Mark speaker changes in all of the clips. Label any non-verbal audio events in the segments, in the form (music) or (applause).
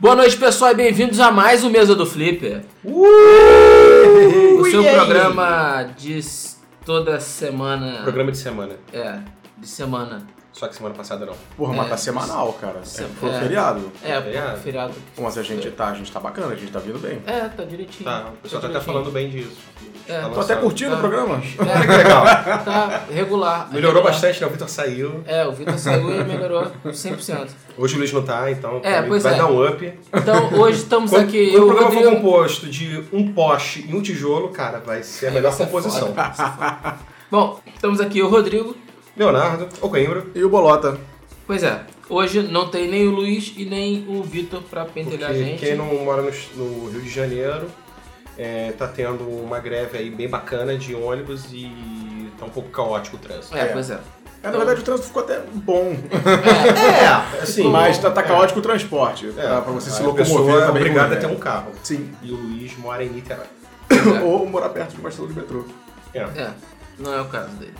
Speaker 1: Boa noite, pessoal, e bem-vindos a mais um Mesa do Flipper. o seu
Speaker 2: e aí?
Speaker 1: programa de s- toda semana.
Speaker 3: Programa de semana.
Speaker 1: É, de semana.
Speaker 3: Só que semana passada não.
Speaker 2: Porra,
Speaker 1: É,
Speaker 2: mas tá semanal, cara.
Speaker 1: se-
Speaker 2: É, foi
Speaker 1: é.
Speaker 2: um feriado.
Speaker 1: É,
Speaker 3: Feriado.
Speaker 1: pô, feriado.
Speaker 2: Mas a gente tá, a gente tá bacana, a gente tá vindo bem.
Speaker 1: É, tá direitinho.
Speaker 3: Tá, o pessoal tá até
Speaker 1: direitinho.
Speaker 3: falando bem disso.
Speaker 1: É.
Speaker 3: Tá
Speaker 2: Tô até
Speaker 3: lançando.
Speaker 2: curtindo
Speaker 1: Tá.
Speaker 2: o programa.
Speaker 3: Olha (laughs) que legal.
Speaker 1: Tá regular.
Speaker 3: (laughs) Melhorou
Speaker 1: regular.
Speaker 3: bastante, né? O Vitor saiu.
Speaker 1: É, o Vitor saiu e melhorou 100%.
Speaker 3: Hoje o Luiz não tá, então
Speaker 1: É,
Speaker 3: também
Speaker 1: pois
Speaker 3: vai
Speaker 1: é.
Speaker 3: dar um up.
Speaker 1: Então, hoje estamos
Speaker 3: Quando,
Speaker 1: aqui.
Speaker 3: quando o
Speaker 1: eu,
Speaker 3: programa for
Speaker 1: Rodrigo-
Speaker 3: composto de um poste e um tijolo, cara, vai ser a melhor
Speaker 1: Isso é
Speaker 3: composição.
Speaker 1: foda, isso é foda. Bom, estamos aqui o Rodrigo.
Speaker 3: Leonardo, o Coimbra.
Speaker 2: E o Bolota?
Speaker 1: Pois é, hoje não tem nem o Luiz e nem o Vitor pra
Speaker 3: Porque
Speaker 1: pentelhar a gente.
Speaker 3: quem não mora no, no Rio de Janeiro é, tá tendo uma greve aí bem bacana de ônibus e tá um pouco caótico o trânsito.
Speaker 1: É,
Speaker 2: É.
Speaker 1: pois
Speaker 3: (laughs)
Speaker 1: é.
Speaker 2: É, na verdade, o trânsito ficou até bom.
Speaker 3: É, assim.
Speaker 2: mas tá, tá caótico o transporte. Tá, pra você se
Speaker 3: É, a
Speaker 2: locomover
Speaker 3: pessoa é
Speaker 2: também.
Speaker 3: obrigada a
Speaker 2: ruim,
Speaker 3: ter
Speaker 2: né?
Speaker 3: um carro.
Speaker 2: Sim.
Speaker 3: E o Luiz mora em Niterói.
Speaker 2: Ou morar perto de uma estação de metrô.
Speaker 3: É.
Speaker 1: É, não é o caso (coughs) dele.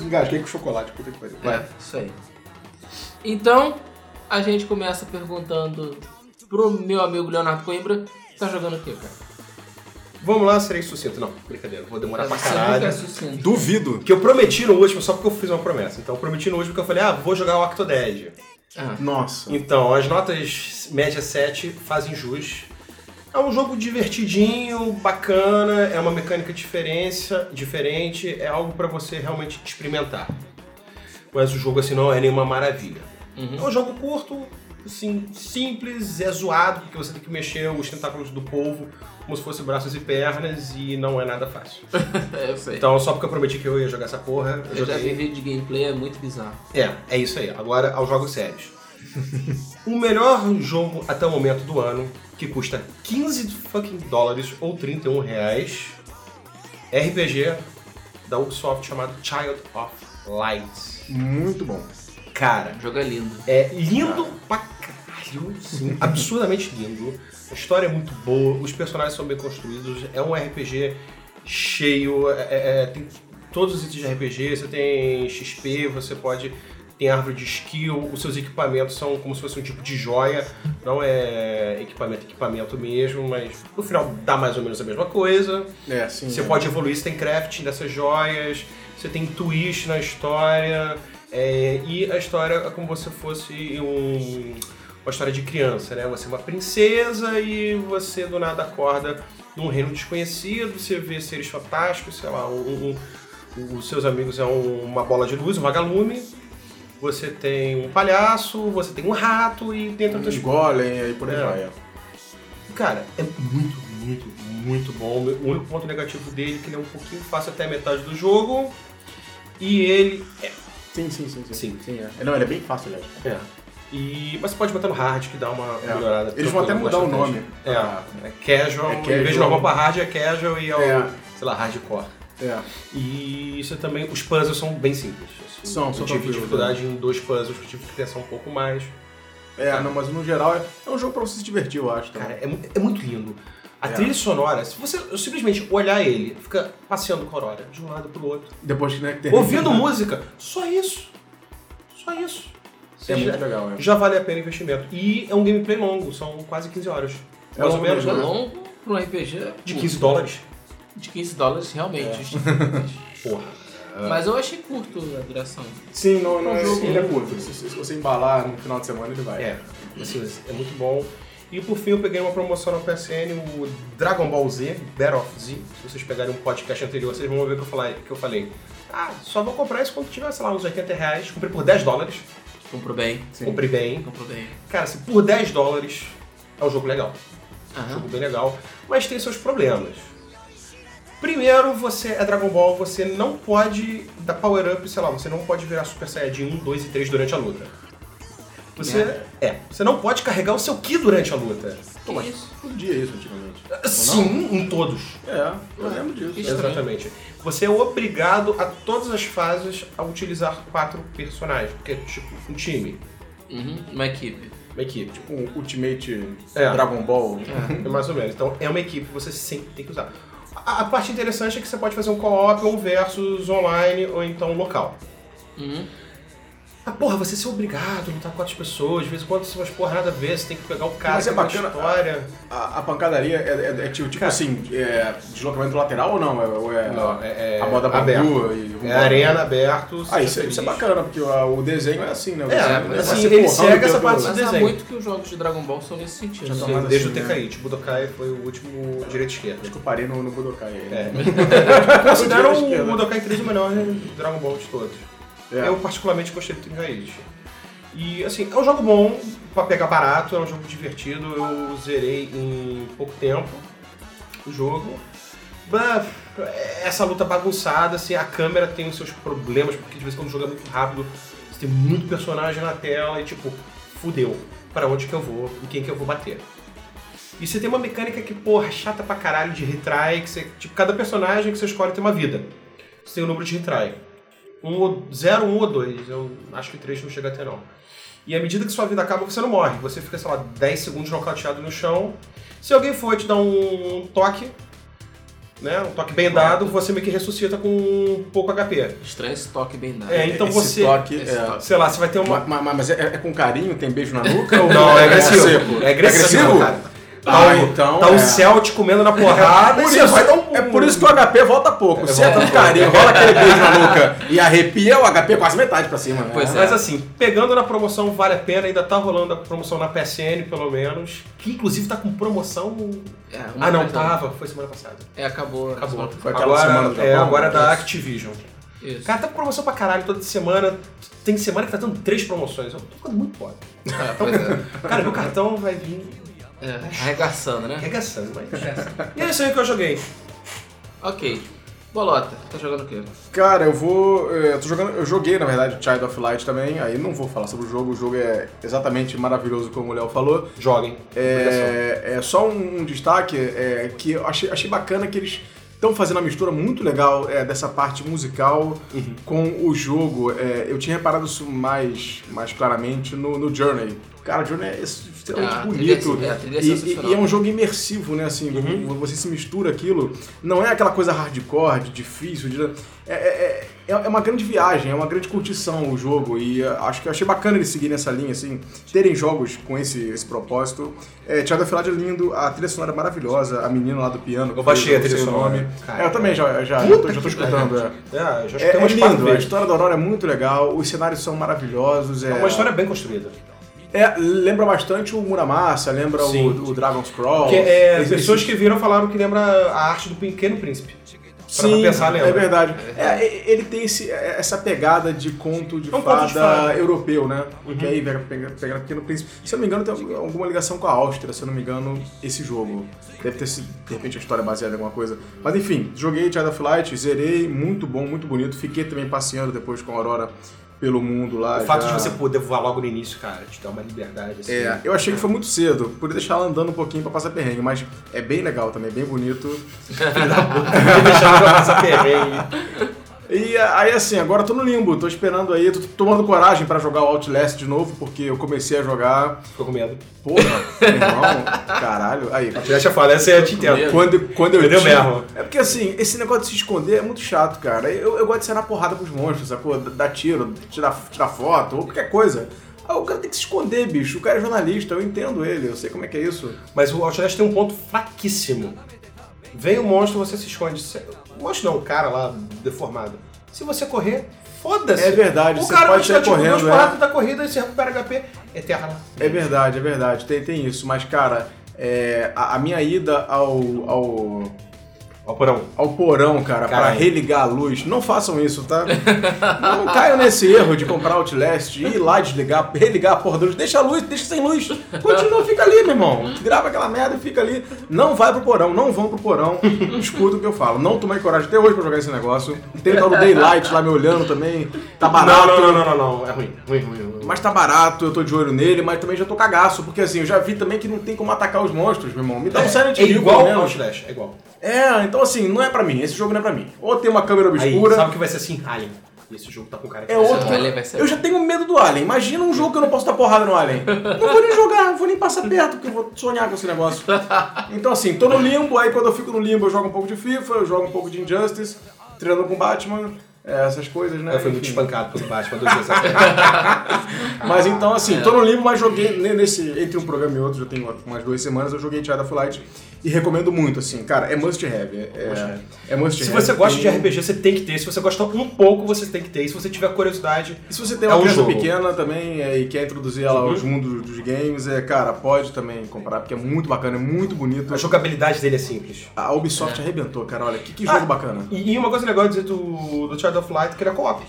Speaker 2: Engasguei com chocolate, puta que pariu.
Speaker 1: É, isso aí. Então, a gente começa perguntando pro meu amigo Leonardo Coimbra, tá jogando o quê, cara?
Speaker 3: Vamos lá, serei sucinto. Não, brincadeira, vou demorar pra
Speaker 1: Você
Speaker 3: caralho.
Speaker 1: nunca é sucinto.
Speaker 2: Duvido.
Speaker 3: Porque eu prometi no último, só porque eu fiz uma promessa. Então eu prometi no último que eu falei, ah, vou jogar o Octodad.
Speaker 1: Ah,
Speaker 2: Nossa.
Speaker 3: Então, as notas média 7 fazem jus. É um jogo divertidinho, bacana, é uma mecânica diferença, diferente, é algo pra você realmente experimentar. Mas o jogo assim não é nenhuma maravilha.
Speaker 1: Uhum.
Speaker 3: É um jogo curto, assim, simples, é zoado, porque você tem que mexer os tentáculos do polvo como se fossem braços e pernas, e não é nada fácil.
Speaker 1: é, eu sei.
Speaker 3: Então, só porque eu prometi que eu ia jogar essa porra,
Speaker 1: Eu já
Speaker 3: eu
Speaker 1: vi
Speaker 3: Então, joguei.
Speaker 1: vídeo de gameplay, é muito bizarro.
Speaker 3: É, é isso aí. Agora aos jogos sérios. o melhor jogo até o momento do ano, que custa 15 fucking dólares ou 31 reais, é RPG da Ubisoft chamado Child of Light.
Speaker 2: Muito bom.
Speaker 3: Cara,
Speaker 1: O jogo é lindo.
Speaker 3: é lindo pra caralho, sim. Absurdamente lindo. A história é muito boa, os personagens são bem construídos, é um RPG cheio, é- é- é- tem todos os itens de RPG, você tem XP, você pode. Tem árvore de skill, os seus equipamentos são como se fosse um tipo de joia, não é equipamento, equipamento mesmo, mas no final dá mais ou menos a mesma coisa.
Speaker 2: É, sim.
Speaker 3: Você
Speaker 2: é.
Speaker 3: pode evoluir, você tem crafting dessas joias, você tem twist na história, é, e a história é como se fosse um- uma história de criança, né? Você é uma princesa e você do nada acorda num reino desconhecido, você vê seres fantásticos, sei lá, um- um- os seus amigos é um- uma bola de luz, um vagalume, você tem um palhaço, você tem um rato e tem tantas
Speaker 2: Os golem aí por aí
Speaker 3: É.
Speaker 2: vai. é.
Speaker 3: Cara, é muito, muito, muito bom. O único ponto negativo dele é que ele é um pouquinho fácil até a metade do jogo. E ele.
Speaker 2: Sim, sim, sim.
Speaker 3: Sim.
Speaker 2: sim é. Não, ele é bem fácil, aliás.
Speaker 3: É. E, mas você pode botar no hard que dá uma
Speaker 2: É.
Speaker 3: melhorada.
Speaker 2: Eles vão até
Speaker 3: Eu
Speaker 2: mudar
Speaker 3: gosto
Speaker 2: o
Speaker 3: bastante.
Speaker 2: nome.
Speaker 3: É, é casual,
Speaker 2: É
Speaker 3: Em vez de
Speaker 2: casual.
Speaker 3: normal pra hard é casual e é, o,
Speaker 2: É.
Speaker 3: sei lá, hardcore.
Speaker 2: É.
Speaker 3: E isso é também. Os puzzles são bem simples. assim.
Speaker 2: São,
Speaker 3: Eu
Speaker 2: são
Speaker 3: tive
Speaker 2: tranquilos, né?
Speaker 3: dificuldade em dois puzzles que eu tive que pensar um pouco mais.
Speaker 2: É, não, mas no geral é, é um jogo pra você se divertir, eu acho.
Speaker 3: Cara,
Speaker 2: Também.
Speaker 3: é, mu- é muito lindo. A
Speaker 2: É.
Speaker 3: trilha sonora, se você simplesmente olhar ele, fica passeando com a Aurora de um lado pro outro,
Speaker 2: Depois que né, que tem.
Speaker 3: ouvindo música, só isso. Só isso.
Speaker 2: É
Speaker 3: já,
Speaker 2: muito legal, é.
Speaker 3: já vale a pena o investimento. E é um gameplay longo, são quase 15 horas.
Speaker 2: É
Speaker 3: mais ou
Speaker 2: longo
Speaker 3: menos,
Speaker 1: É
Speaker 2: mesmo,
Speaker 3: né?
Speaker 1: longo pra um RPG.
Speaker 3: De
Speaker 1: curto.
Speaker 3: 15 dólares.
Speaker 1: De 15 dólares,
Speaker 3: É.
Speaker 1: realmente. justificamente.
Speaker 3: (laughs) Porra.
Speaker 1: Mas eu achei curto a duração.
Speaker 2: Sim, não,
Speaker 3: É
Speaker 2: não
Speaker 3: um
Speaker 2: é,
Speaker 3: jogo-
Speaker 2: ele é curto. Se, se você embalar no final de semana, ele vai.
Speaker 3: É, assim, é muito bom. E por fim eu peguei uma promoção na PSN, o Dragon Ball Z, Battle of Z. Se vocês pegarem um podcast anterior, vocês vão ver o que eu falei. Que eu falei. Ah, só vou comprar isso quando tiver, sei lá, uns 80 reais. Comprei por 10 dólares.
Speaker 1: Comprou bem.
Speaker 2: Sim.
Speaker 3: Comprei bem.
Speaker 1: Comprou bem.
Speaker 3: Cara, assim, por 10 dólares é um jogo legal. É um
Speaker 1: Aham.
Speaker 3: jogo bem legal, mas tem seus problemas. Primeiro, você é Dragon Ball, você não pode dar power up, sei lá, você não pode virar Super Saiyajin 1, 2 e 3 durante a luta. Você
Speaker 1: Merda.
Speaker 3: é, você não pode carregar o seu Ki durante a luta.
Speaker 2: Pô, mas
Speaker 1: isso?
Speaker 2: podia isso antigamente.
Speaker 3: É. Sim, em todos.
Speaker 2: É, eu lembro disso.
Speaker 1: Isso. Estranho.
Speaker 3: Exatamente. Você é obrigado a todas as fases a utilizar quatro personagens, porque é tipo um time,
Speaker 1: Uhum. Uma equipe.
Speaker 3: uma equipe. tipo,
Speaker 2: Um Ultimate
Speaker 3: É.
Speaker 2: Dragon Ball.
Speaker 3: É mais ou menos. Então é uma equipe que você sempre tem que usar. A, a parte interessante é que você pode fazer um co-op ou um versus online ou então local.
Speaker 1: Uhum.
Speaker 3: um Ah, porra, você ser obrigado a lutar com outras pessoas, de vez em quando você umas porra nada a ver, você tem que pegar o cara
Speaker 2: Mas é
Speaker 3: que tem
Speaker 2: bacana-
Speaker 3: uma história.
Speaker 2: A, a pancadaria é, é- é tipo, tipo
Speaker 3: Cara.
Speaker 2: assim, é deslocamento lateral ou não? É, ou é,
Speaker 3: Não, é- é
Speaker 2: a moda
Speaker 3: aberto.
Speaker 2: bambu e
Speaker 3: É
Speaker 2: vambora?
Speaker 3: arena aberto.
Speaker 2: Ah,
Speaker 3: seja
Speaker 2: isso, isso é
Speaker 3: feliz.
Speaker 2: bacana, porque ah, o desenho é assim, né?
Speaker 3: É,
Speaker 2: Você
Speaker 3: assim,
Speaker 2: vai se
Speaker 3: ele
Speaker 2: porrando
Speaker 3: segue
Speaker 2: o
Speaker 3: essa
Speaker 2: tempo
Speaker 3: parte
Speaker 2: todo.
Speaker 1: Mas
Speaker 3: desenho.
Speaker 1: há muito que os jogos de Dragon Ball são nesse sentido. Então,
Speaker 2: Já
Speaker 1: Sim.
Speaker 2: tomada
Speaker 3: Desde o
Speaker 2: assim,
Speaker 3: TKI, tipo, o Budokai foi o último direito esquerda.
Speaker 2: Acho que eu parei no, no Budokai. aí,
Speaker 3: É.
Speaker 2: né?
Speaker 3: (laughs) Consideram
Speaker 2: Direita esquerda.
Speaker 3: o um Budokai 3 o melhor Dragon Ball de todos.
Speaker 2: É.
Speaker 3: Eu particularmente gostei do Tenkaichi. E assim, é um jogo bom pra pegar barato, é um jogo divertido, eu zerei em pouco tempo o jogo. Mas é, essa luta bagunçada, assim, a câmera tem os seus problemas, porque de vez em quando o jogo é muito rápido, você tem muito personagem na tela e tipo, fudeu, pra onde que eu vou, em quem que eu vou bater. E você tem uma mecânica que, porra, é chata pra caralho de retry, que você, tipo, cada personagem que você escolhe tem uma vida. Você tem o número de retry. Um, ou- zero, um ou dois. Eu acho que o três não chega até não. E à medida que sua vida acaba, você não morre. Você fica, sei lá, 10 segundos nocauteado no chão. Se alguém for te dar um toque, né, um toque bem dado, você meio que ressuscita com um pouco HP.
Speaker 1: Estranho esse toque bem dado.
Speaker 3: É, então
Speaker 2: Esse
Speaker 3: você...
Speaker 2: toque,
Speaker 1: esse
Speaker 2: é.
Speaker 1: toque.
Speaker 3: Sei lá, você vai ter uma...
Speaker 2: Ma- ma- Mas, é, é com carinho? Tem beijo na nuca? ou
Speaker 3: (laughs) Não, é agressivo.
Speaker 2: seco?
Speaker 3: É agressivo, cara. Tá,
Speaker 2: Ah,
Speaker 3: o,
Speaker 2: então,
Speaker 3: tá
Speaker 2: (laughs)
Speaker 3: o
Speaker 2: é.
Speaker 3: Cell te comendo na porrada
Speaker 2: Por
Speaker 3: e
Speaker 2: isso,
Speaker 3: você vai dar um...
Speaker 2: é por isso que o HP volta pouco.
Speaker 3: É,
Speaker 2: Se é
Speaker 3: volta
Speaker 2: com
Speaker 3: pouco.
Speaker 2: carinho, rola aquele beijo na nuca
Speaker 3: (laughs)
Speaker 2: e arrepia, o HP é quase metade pra cima. né?
Speaker 1: Pois é.
Speaker 3: (laughs) Mas assim, pegando na promoção vale a pena, ainda tá rolando a promoção na PSN, pelo menos. Que inclusive tá com promoção.
Speaker 1: É, uma
Speaker 3: Ah não,
Speaker 1: coisa-
Speaker 2: tá.
Speaker 3: tava, foi semana passada.
Speaker 1: É, acabou.
Speaker 3: Acabou.
Speaker 2: Foi aquela
Speaker 3: agora,
Speaker 2: semana do
Speaker 3: é,
Speaker 2: Japão,
Speaker 3: agora é da
Speaker 2: né?
Speaker 3: Activision.
Speaker 1: Isso.
Speaker 3: Cara, tá com promoção pra caralho toda semana. Tem semana que tá dando três promoções. Eu tô ficando muito pobre.
Speaker 2: tá
Speaker 1: É, pois é.
Speaker 3: Cara, meu cartão vai vir
Speaker 1: É, arregaçando, né?
Speaker 3: arregaçando, mas. E é isso aí que eu joguei.
Speaker 1: Ok. Bolota, tá jogando o quê?
Speaker 2: Cara, eu vou. eh, Eu, tô jogando, eu joguei, na verdade, Child of Light também, aí não vou falar sobre o jogo, o jogo é exatamente maravilhoso, como o Léo falou.
Speaker 3: Joguem. Obrigação.
Speaker 2: É, é só um, um destaque é, que eu achei, achei bacana que eles estão fazendo uma mistura muito legal é, dessa parte musical
Speaker 1: Uhum.
Speaker 2: com o jogo. É, eu tinha reparado isso mais, mais claramente no, no Journey. Cara, o Journey é extremamente
Speaker 1: Ah, a trilha é-
Speaker 2: bonito.
Speaker 1: é, a trilha é
Speaker 2: E- e-
Speaker 1: sensacional.
Speaker 2: e, é um jogo imersivo, né? Assim,
Speaker 3: Uhum.
Speaker 2: você se mistura aquilo. Não é aquela coisa hardcore, de difícil. de- É, é- é- é uma grande viagem, é uma grande curtição o jogo. E é, acho que eu achei bacana eles seguirem essa linha, assim, terem jogos com esse, esse propósito. É, Tiago Filade é lindo, a trilha sonora é maravilhosa, a menina lá do piano. que
Speaker 3: Eu baixei
Speaker 2: fez o
Speaker 3: a trilha
Speaker 2: seu
Speaker 3: sonora.
Speaker 2: nome.
Speaker 3: Cara.
Speaker 2: É, eu também já, já, já, tô, já tô escutando. É.
Speaker 3: É, eu já
Speaker 2: É,
Speaker 3: escutei
Speaker 2: é
Speaker 3: umas quatro
Speaker 2: lindo, a
Speaker 3: vezes.
Speaker 2: história da Aurora é muito legal, os cenários são maravilhosos. É,
Speaker 3: É uma história bem construída.
Speaker 2: é, lembra bastante o Muramasa, lembra
Speaker 3: Sim.
Speaker 2: o, o Dragon's Crawl.
Speaker 3: Porque é,
Speaker 2: Existe-
Speaker 3: pessoas que viram falaram que lembra a arte do Pequeno Príncipe. pra
Speaker 2: Sim,
Speaker 3: pensar, lembra?
Speaker 2: é verdade. É, e- ele tem esse, é, essa pegada de conto de
Speaker 3: É um
Speaker 2: fada
Speaker 3: conto de fada. Uhum.
Speaker 2: europeu, né? Que aí pega, pega, pega Pequeno Príncipe. Se eu não me engano, tem alguma ligação com a Áustria, se eu não me engano, esse jogo. Deve ter sido, de repente, a história baseada em alguma coisa. Mas enfim, joguei Child of Light, zerei, muito bom, muito bonito. Fiquei também passeando depois com a Aurora pelo mundo lá.
Speaker 3: O fato de
Speaker 2: Ah, já-
Speaker 3: você poder voar logo no início, cara, te dá uma liberdade assim.
Speaker 2: É,
Speaker 3: (laughs)
Speaker 2: eu achei que foi muito cedo, podia deixar ela andando um pouquinho pra passar perrengue, mas é bem legal também, bem bonito.
Speaker 3: Podia deixar ela passar perrengue.
Speaker 2: E aí assim, agora eu tô no limbo, tô esperando aí, tô tomando coragem pra jogar o Outlast de novo, porque eu comecei a jogar.
Speaker 3: Ficou com medo.
Speaker 2: Porra, meu
Speaker 3: (laughs)
Speaker 2: irmão, caralho. Aí,
Speaker 3: Deixa eu falar, essa é a te entendo.
Speaker 2: quando, quando eu
Speaker 3: Entendeu
Speaker 2: tinha-
Speaker 3: mesmo?
Speaker 2: É porque assim, esse negócio de se esconder é muito chato, cara. Eu, eu gosto de sair na porrada pros monstros, sacou? D- Dar tiro, tirar, tirar foto, ou qualquer coisa. Ah, o cara tem que se esconder, bicho. O cara é jornalista, eu entendo ele, eu sei como é que é isso.
Speaker 3: Mas o Outlast tem um ponto fraquíssimo. Vem o monstro, você se esconde. Você- O monstro não, o cara lá deformado. Se você correr, foda-se.
Speaker 2: É verdade,
Speaker 3: o
Speaker 2: você
Speaker 3: cara
Speaker 2: pode
Speaker 3: vai te dar
Speaker 2: sair
Speaker 3: tipo
Speaker 2: correndo,
Speaker 3: duas
Speaker 2: é.
Speaker 3: paradas da corrida e você recupera HP. Eterna.
Speaker 2: É verdade, é verdade. Tem, tem isso. Mas, cara, é, a, a minha ida ao, ao,
Speaker 3: Ó, porão.
Speaker 2: ao porão, cara, pra
Speaker 3: Caralho.
Speaker 2: religar a luz, não façam isso, tá? não caiam nesse erro de comprar Outlast, ir lá desligar, religar a porra da luz. Deixa a luz, deixa sem luz. Continua, fica ali, meu irmão. Grava aquela merda e fica ali. Não vai pro porão, não vão pro porão. Escuta o que eu falo. Não tomei coragem até hoje pra jogar esse negócio. Tem o tal do Daylight lá me olhando também. Tá barato.
Speaker 3: Não, não, não, não, não, não. É ruim. Ruim, ruim. ruim.
Speaker 2: Mas tá barato, eu tô de olho nele, mas também já tô cagaço, porque assim, eu já vi também que não tem como atacar os monstros, meu irmão. Me dá um Silent
Speaker 3: é
Speaker 2: Hill,
Speaker 3: igual
Speaker 2: pelo
Speaker 3: ao
Speaker 2: menos.
Speaker 3: Outlast, é igual.
Speaker 2: É, então assim, não é pra mim, esse jogo não é pra mim. Ou tem uma câmera
Speaker 3: Aí,
Speaker 2: obscura,
Speaker 3: sabe que vai ser assim? Alien. E esse jogo tá com cara que
Speaker 2: é
Speaker 3: vai ser
Speaker 2: outro.
Speaker 1: Alien vai ser-
Speaker 2: Eu já tenho medo do Alien, imagina um jogo que eu não posso dar porrada no Alien. Não vou nem jogar, não vou nem passar perto, porque eu vou sonhar com esse negócio. Então assim, tô no limbo, aí quando eu fico no limbo eu jogo um pouco de FIFA, eu jogo um pouco de Injustice, treinando com Batman. é, é, essas coisas, né?
Speaker 3: Eu fui muito
Speaker 2: Enfim.
Speaker 3: espancado pelo Batman dois dias atrás.
Speaker 2: Mas então, assim, tô no limbo, mas joguei ne- nesse, entre um programa e outro, já tem umas duas semanas, eu joguei Child of Light e recomendo muito, assim, cara, é must have. É, é, é must
Speaker 3: (laughs) Se
Speaker 2: have.
Speaker 3: você gosta de
Speaker 2: Tem-
Speaker 3: RPG, você tem que ter. Se você gosta um pouco, você tem que ter. E se você tiver curiosidade,
Speaker 2: E se você tem
Speaker 3: É
Speaker 2: uma
Speaker 3: um
Speaker 2: criança
Speaker 3: jogo.
Speaker 2: pequena também é, e quer introduzir ela aos mundos dos games, é, cara, pode também comprar, porque é muito bacana, é muito bonito.
Speaker 3: a jogabilidade dele é simples.
Speaker 2: A Ubisoft arrebentou, cara, olha, que, que jogo
Speaker 3: Ah,
Speaker 2: bacana.
Speaker 3: E, e uma coisa legal de dizer do, do Child of Light que ele é co-op.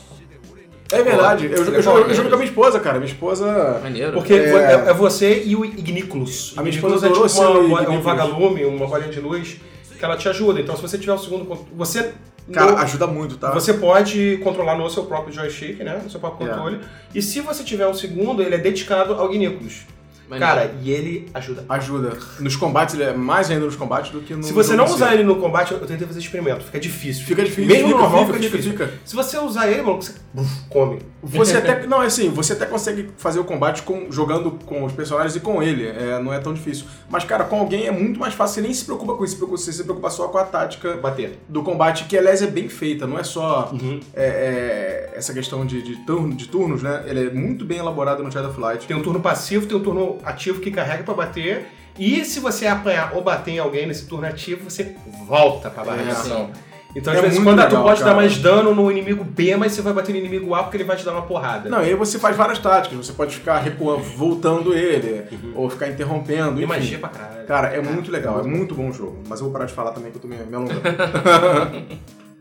Speaker 2: É verdade, eu, eu, eu,
Speaker 3: legal,
Speaker 2: eu
Speaker 3: né?
Speaker 2: jogo com a minha esposa, cara, minha esposa...
Speaker 1: Maneiro.
Speaker 3: Porque
Speaker 2: É.
Speaker 3: vo- é, é você e o Igniculus.
Speaker 2: A minha
Speaker 3: Igniculus
Speaker 2: esposa adorou
Speaker 3: é tipo uma-
Speaker 2: ser o
Speaker 3: uma- é um
Speaker 2: Igniculus.
Speaker 3: vagalume, uma bolinha de luz, que ela te ajuda. Então se você tiver o segundo... con- Você...
Speaker 2: Cara,
Speaker 3: não-
Speaker 2: ajuda muito, tá?
Speaker 3: Você pode controlar no seu próprio joystick, né? No seu próprio
Speaker 2: Yeah.
Speaker 3: controle. E se você tiver um segundo, ele é dedicado ao Igniculus.
Speaker 1: Maneiro.
Speaker 3: Cara, e ele ajuda.
Speaker 2: Ajuda. Nos combates, ele é mais ainda nos combates do que no
Speaker 3: Se você
Speaker 2: jogo
Speaker 3: não
Speaker 2: em si.
Speaker 3: usar ele no combate, eu tentei fazer experimento, fica difícil.
Speaker 2: Fica difícil,
Speaker 3: Mesmo
Speaker 2: fica,
Speaker 3: no normal
Speaker 2: fica,
Speaker 3: fica,
Speaker 2: fica,
Speaker 3: difícil.
Speaker 2: fica.
Speaker 3: Se você usar ele, mano, você buf, come.
Speaker 2: (laughs) Você até. Não, é assim, você até consegue fazer o combate com, jogando com os personagens e com ele. É, não é tão difícil. Mas, cara, com alguém é muito mais fácil, você nem se preocupa com isso, se preocupa- você se preocupa só com a tática
Speaker 3: Bater.
Speaker 2: do combate, que aliás é bem feita, não é só é, é, essa questão de, de, turno, de turnos, né? Ele é muito bem elaborado no Shadow Flight.
Speaker 3: Tem um turno passivo, tem um turno ativo que carrega pra bater. E se você apanhar ou bater em alguém nesse turno ativo, você volta pra barra de
Speaker 2: É,
Speaker 3: ação. Então,
Speaker 2: É
Speaker 3: às vezes,
Speaker 2: muito
Speaker 3: quando ah,
Speaker 2: legal,
Speaker 3: tu pode
Speaker 2: cara.
Speaker 3: dar mais dano no inimigo B, mas você vai bater no inimigo A porque ele vai te dar uma porrada.
Speaker 2: Não, e aí você faz várias táticas, você pode ficar recuando, voltando ele, ou ficar interrompendo.
Speaker 3: Tem
Speaker 2: enfim.
Speaker 3: magia pra caralho.
Speaker 2: Cara, é muito legal, é muito bom o jogo. Mas eu vou parar de falar também que eu tô me me alongando. (laughs)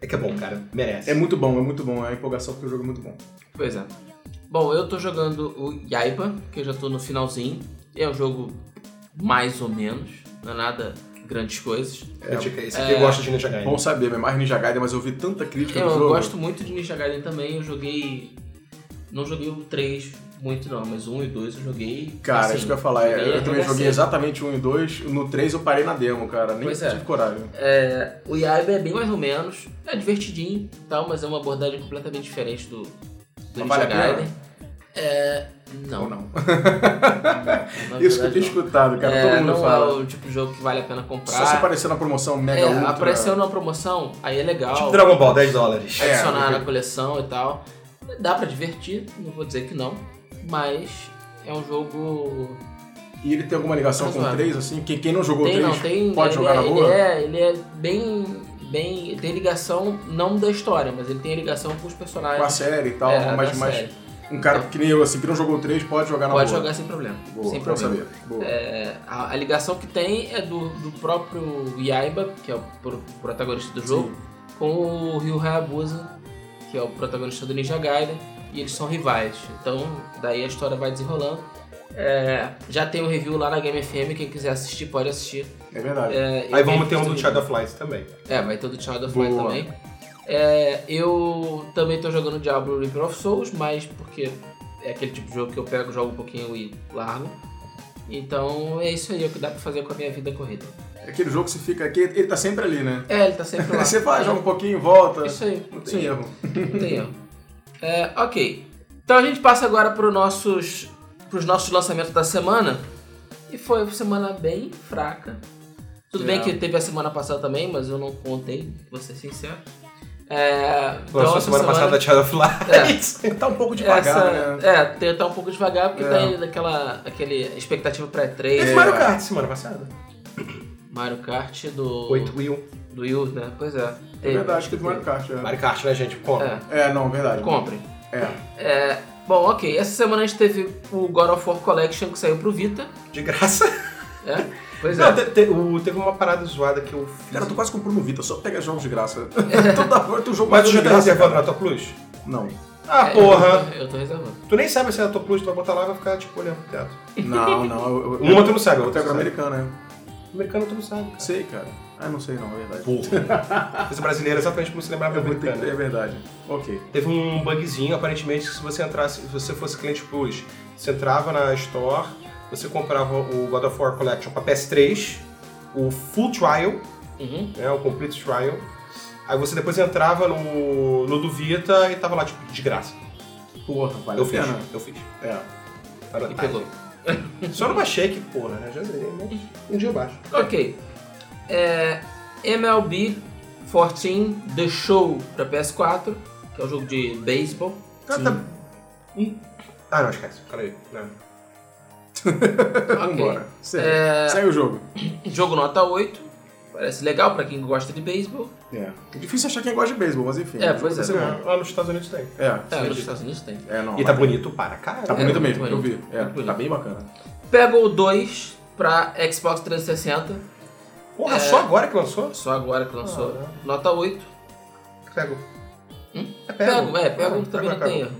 Speaker 3: É que é bom, cara. Merece.
Speaker 2: é muito bom, é muito bom. É a empolgação porque o jogo é muito bom.
Speaker 1: Pois é. Bom, eu tô jogando o Yaiba, que eu já tô no finalzinho. É um jogo mais ou menos, não é nada grandes coisas.
Speaker 3: Critica. Esse aqui gosta de
Speaker 1: É.
Speaker 3: Ninja Gaiden.
Speaker 2: Bom saber, mas mais Ninja Gaiden, mas eu vi tanta crítica
Speaker 1: Eu
Speaker 2: do jogo.
Speaker 1: gosto muito de Ninja Gaiden também, eu joguei... Não joguei o 3 muito não, mas 1 e 2 eu joguei...
Speaker 2: Cara,
Speaker 1: assim,
Speaker 2: isso que eu ia falar. é,
Speaker 1: joguei
Speaker 2: eu também joguei
Speaker 1: arregacei.
Speaker 2: exatamente um e dois No três eu parei na demo, cara. Nem
Speaker 1: Pois é.
Speaker 2: tive coragem.
Speaker 1: É, o Yaiba é bem mais ou menos, é divertidinho e tal, mas é uma abordagem completamente diferente do, do
Speaker 2: Mas
Speaker 1: Ninja
Speaker 2: vale a pena?
Speaker 1: Gaiden. É... Não, (laughs)
Speaker 2: Ou não. (laughs)
Speaker 1: na
Speaker 2: isso que eu
Speaker 1: É verdade,
Speaker 2: tinha
Speaker 1: não.
Speaker 2: escutado, cara.
Speaker 1: É,
Speaker 2: Todo mundo
Speaker 1: não é
Speaker 2: fala.
Speaker 1: o tipo de jogo que vale a pena comprar.
Speaker 2: Só se aparecer na promoção Mega
Speaker 1: Ah. É,
Speaker 2: Ultra.
Speaker 1: apareceu numa promoção, aí é legal.
Speaker 3: Tipo Dragon Ball, 10 dólares.
Speaker 2: É.
Speaker 1: adicionar na coleção e tal. Dá pra divertir, não vou dizer que não, mas é um jogo.
Speaker 2: E ele tem alguma ligação com o
Speaker 1: Razoável.
Speaker 2: três assim? Quem, quem não jogou o
Speaker 1: tem,
Speaker 2: três
Speaker 1: não, tem.
Speaker 2: pode
Speaker 1: ele
Speaker 2: jogar
Speaker 1: é,
Speaker 2: na
Speaker 1: ele
Speaker 2: boa?
Speaker 1: É, ele é bem. bem tem ligação, não da história, mas ele tem ligação com os personagens.
Speaker 2: Com a série e tal.
Speaker 1: É, da
Speaker 2: mas, mas
Speaker 1: série.
Speaker 2: um cara que nem eu, assim, que não jogou o três pode jogar na
Speaker 1: Pode
Speaker 2: boa.
Speaker 1: jogar sem problema.
Speaker 2: Boa,
Speaker 1: sem
Speaker 2: bom
Speaker 1: problema.
Speaker 2: saber. Boa.
Speaker 1: É, a, a ligação que tem é do, do próprio Yaiba, que é o pro- protagonista do jogo, com o Ryu Hayabusa, que é o protagonista do Ninja Gaiden, e eles são rivais. Então, daí a história vai desenrolando. É, já tem um review lá na Game FM, quem quiser assistir pode assistir.
Speaker 2: É verdade.
Speaker 1: É,
Speaker 3: Aí
Speaker 1: eu
Speaker 3: vamos
Speaker 1: vi-
Speaker 3: ter um do Shadow of Light também.
Speaker 1: É, vai ter o do Child of
Speaker 2: Boa.
Speaker 1: Light também. É, eu também tô jogando Diablo Reaper of Souls, mas porque é aquele tipo de jogo que eu pego, jogo um pouquinho e largo. Então é isso aí, é o que dá pra fazer com a minha vida corrida.
Speaker 2: É Aquele jogo que você fica aqui, ele tá sempre ali, né?
Speaker 1: É, ele tá
Speaker 2: (laughs)
Speaker 1: sempre lá. É
Speaker 2: Você vai, joga um pouquinho, volta.
Speaker 1: Isso aí.
Speaker 2: Não
Speaker 1: Isso
Speaker 2: tem
Speaker 1: aí.
Speaker 2: erro.
Speaker 1: Não tem erro. É, ok. Então a gente passa agora para nossos, pros nossos lançamentos da semana. E foi uma semana bem fraca. Tudo
Speaker 2: É.
Speaker 1: bem que teve a semana passada também, mas eu não contei, vou ser sincero. É, então,
Speaker 3: Lançou
Speaker 1: essa
Speaker 3: semana passada Shadow of (laughs) Light. Tá
Speaker 2: Tem que estar um pouco devagar,
Speaker 1: essa,
Speaker 2: né?
Speaker 1: É, tem tá um pouco devagar, porque
Speaker 2: É.
Speaker 1: tá indo daquela aquele expectativa pré-3.
Speaker 3: Teve
Speaker 2: É.
Speaker 3: Mario Kart semana passada.
Speaker 1: Mario Kart do.
Speaker 3: 8 Wheel.
Speaker 1: Do Yu, né? Pois é.
Speaker 2: É
Speaker 1: Teve,
Speaker 2: verdade, acho que teve Mario Kart. É,
Speaker 3: Mario Kart, né, gente? Pô.
Speaker 1: É,
Speaker 2: é não, verdade.
Speaker 1: comprem.
Speaker 2: É.
Speaker 1: É, bom, ok. Essa semana a gente teve o God of War Collection que saiu pro Vita.
Speaker 3: De graça.
Speaker 1: É, pois
Speaker 3: Não,
Speaker 1: é.
Speaker 3: te- te- o- teve uma parada zoada que eu fiz.
Speaker 2: Cara, eu tô quase comprando o Vita, só pega jogos de graça.
Speaker 1: (laughs)
Speaker 2: Toda hora tem um jogo
Speaker 3: Mas tu
Speaker 2: de
Speaker 3: já tá
Speaker 2: graça.
Speaker 3: reservando
Speaker 2: cara.
Speaker 3: na tua Plus?
Speaker 2: Não.
Speaker 3: Ah,
Speaker 1: É,
Speaker 3: porra.
Speaker 1: Eu tô, eu tô reservando.
Speaker 3: Tu nem sabe se é a tua Plus, tu vai botar lá e vai ficar, tipo, olhando pro teto.
Speaker 2: Não, não. Eu, eu,
Speaker 3: Uma tu não sabe, a
Speaker 2: eu
Speaker 3: outra
Speaker 2: pego
Speaker 3: tu sabe.
Speaker 2: americano, é.
Speaker 3: Americano tu não sabe, cara.
Speaker 2: Sei, cara. Ah, não sei não, é verdade.
Speaker 3: Porra. Esse brasileiro, é exatamente como se lembrava
Speaker 2: (laughs)
Speaker 3: do
Speaker 2: Ah. Eu vou ter que-
Speaker 3: americano.
Speaker 2: É verdade. Ok.
Speaker 3: Teve um bugzinho, aparentemente, que se você entrasse, se você fosse cliente Plus, você entrava na Store, você comprava o God of War Collection pra PS3, o Full Trial,
Speaker 1: Uhum.
Speaker 3: né, o Complete Trial, aí você depois entrava no, no do Vita e tava lá, tipo, de graça.
Speaker 2: Porra, vale
Speaker 3: eu
Speaker 2: a
Speaker 3: fiz,
Speaker 2: pena.
Speaker 3: eu fiz.
Speaker 2: É.
Speaker 3: Era
Speaker 1: E
Speaker 3: tarde.
Speaker 1: pegou.
Speaker 3: Só não baixei que, porra, né, já zerei, né? Um dia eu baixo.
Speaker 1: Ok. É, MLB 14 The Show pra PS4. que é um jogo de beisebol.
Speaker 3: Cara, tá- Ah, não, esquece. né? Fala aí. Não.
Speaker 2: Vambora. Segue.
Speaker 1: É,
Speaker 2: Segue o jogo.
Speaker 1: jogo nota 8. Parece legal pra quem gosta de beisebol.
Speaker 2: É. É difícil achar quem gosta de beisebol, mas enfim.
Speaker 1: É, pois é.
Speaker 2: Esse
Speaker 3: É, Lá nos Estados Unidos tem.
Speaker 2: É.
Speaker 1: É,
Speaker 2: sim.
Speaker 1: nos Estados Unidos tem.
Speaker 2: É, não.
Speaker 3: E tá
Speaker 2: bonito.
Speaker 3: bonito para caralho.
Speaker 2: Tá bonito
Speaker 1: É,
Speaker 2: mesmo,
Speaker 1: muito
Speaker 2: eu vi. É,
Speaker 1: Muito
Speaker 2: tá
Speaker 1: bonito.
Speaker 2: bem bacana.
Speaker 1: Pebble 2 pra Xbox 360.
Speaker 3: Porra,
Speaker 1: É.
Speaker 3: só agora que lançou?
Speaker 1: Só agora que lançou.
Speaker 3: Ah,
Speaker 1: Nota 8.
Speaker 3: Pego.
Speaker 1: Hum?
Speaker 3: É
Speaker 1: Pego, é,
Speaker 3: pega
Speaker 1: pego também não tem erro.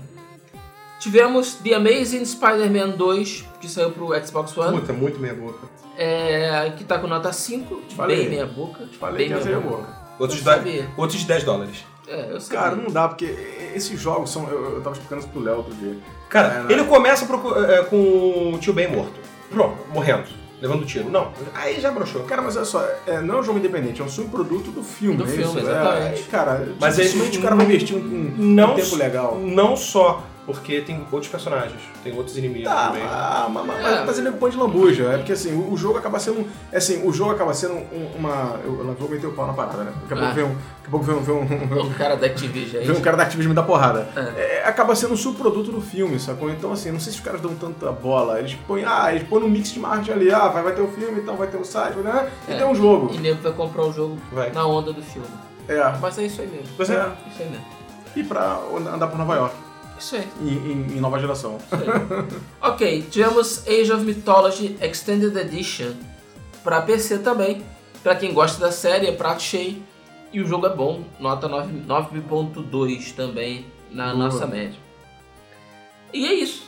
Speaker 1: Tivemos The Amazing Spider-Man 2, que saiu pro Xbox One,
Speaker 3: Puta, muito meia boca.
Speaker 1: é, que tá com nota 5, bem
Speaker 2: Falei.
Speaker 1: meia boca. Te
Speaker 2: Falei
Speaker 1: bem
Speaker 2: que ia ser
Speaker 1: meia
Speaker 2: boa.
Speaker 3: Outros, de
Speaker 1: Eu
Speaker 3: da-
Speaker 1: sabia.
Speaker 3: outros de 10 dólares.
Speaker 1: É, eu sei.
Speaker 2: Cara, não dá, porque esses jogos são. Eu, eu tava explicando isso pro Léo outro dia.
Speaker 3: Cara,
Speaker 2: É, não.
Speaker 3: ele começa procu- é, com o tio Ben morto. Pronto, morrendo. Levando tiro. Não, aí já broxou.
Speaker 2: Cara, mas olha só, é, não é um jogo independente, é um subproduto do filme.
Speaker 1: Do
Speaker 2: é
Speaker 1: filme,
Speaker 2: isso?
Speaker 1: exatamente.
Speaker 2: É, cara,
Speaker 3: Mas
Speaker 2: dificilmente
Speaker 3: ele-
Speaker 2: o cara vai investir um, um- um
Speaker 3: Não
Speaker 2: tempo
Speaker 3: s-
Speaker 2: legal.
Speaker 3: Não só porque tem outros personagens, tem outros inimigos
Speaker 2: Tá,
Speaker 3: também.
Speaker 2: mas, mas, mas,
Speaker 1: É.
Speaker 2: mas ele é um pão de lambuja. É porque assim, o, o jogo acaba sendo. um- é Assim, o jogo acaba sendo um- uma. Eu, eu vou meter o pau na parada, né? Daqui a pouco
Speaker 1: Ah.
Speaker 2: vem um. Daqui a pouco vem um- vem um- vem um
Speaker 1: O É cara da Activision aí.
Speaker 2: Vê um cara da Activision me dar porrada. É, acaba sendo um subproduto do filme, sacou? Então, assim, não sei se os caras dão tanta bola. Eles põem, ah, eles põem um mix de marketing ali. Ah, vai, vai ter o filme, então vai ter o site, né? E
Speaker 1: É.
Speaker 2: tem um jogo.
Speaker 1: E nego vai comprar o jogo
Speaker 3: Vai.
Speaker 1: na onda do filme.
Speaker 2: É.
Speaker 1: Mas é isso aí mesmo.
Speaker 2: Mas é.
Speaker 1: Isso aí mesmo.
Speaker 2: E pra andar por Nova York,
Speaker 1: Isso aí.
Speaker 2: em, em- em nova geração.
Speaker 1: Ok, tivemos Age of Mythology Extended Edition pra PC também. Pra quem gosta da série, é prato cheio. E o jogo é bom, nota 9 9.2 também na
Speaker 2: Boa.
Speaker 1: nossa média. E é isso.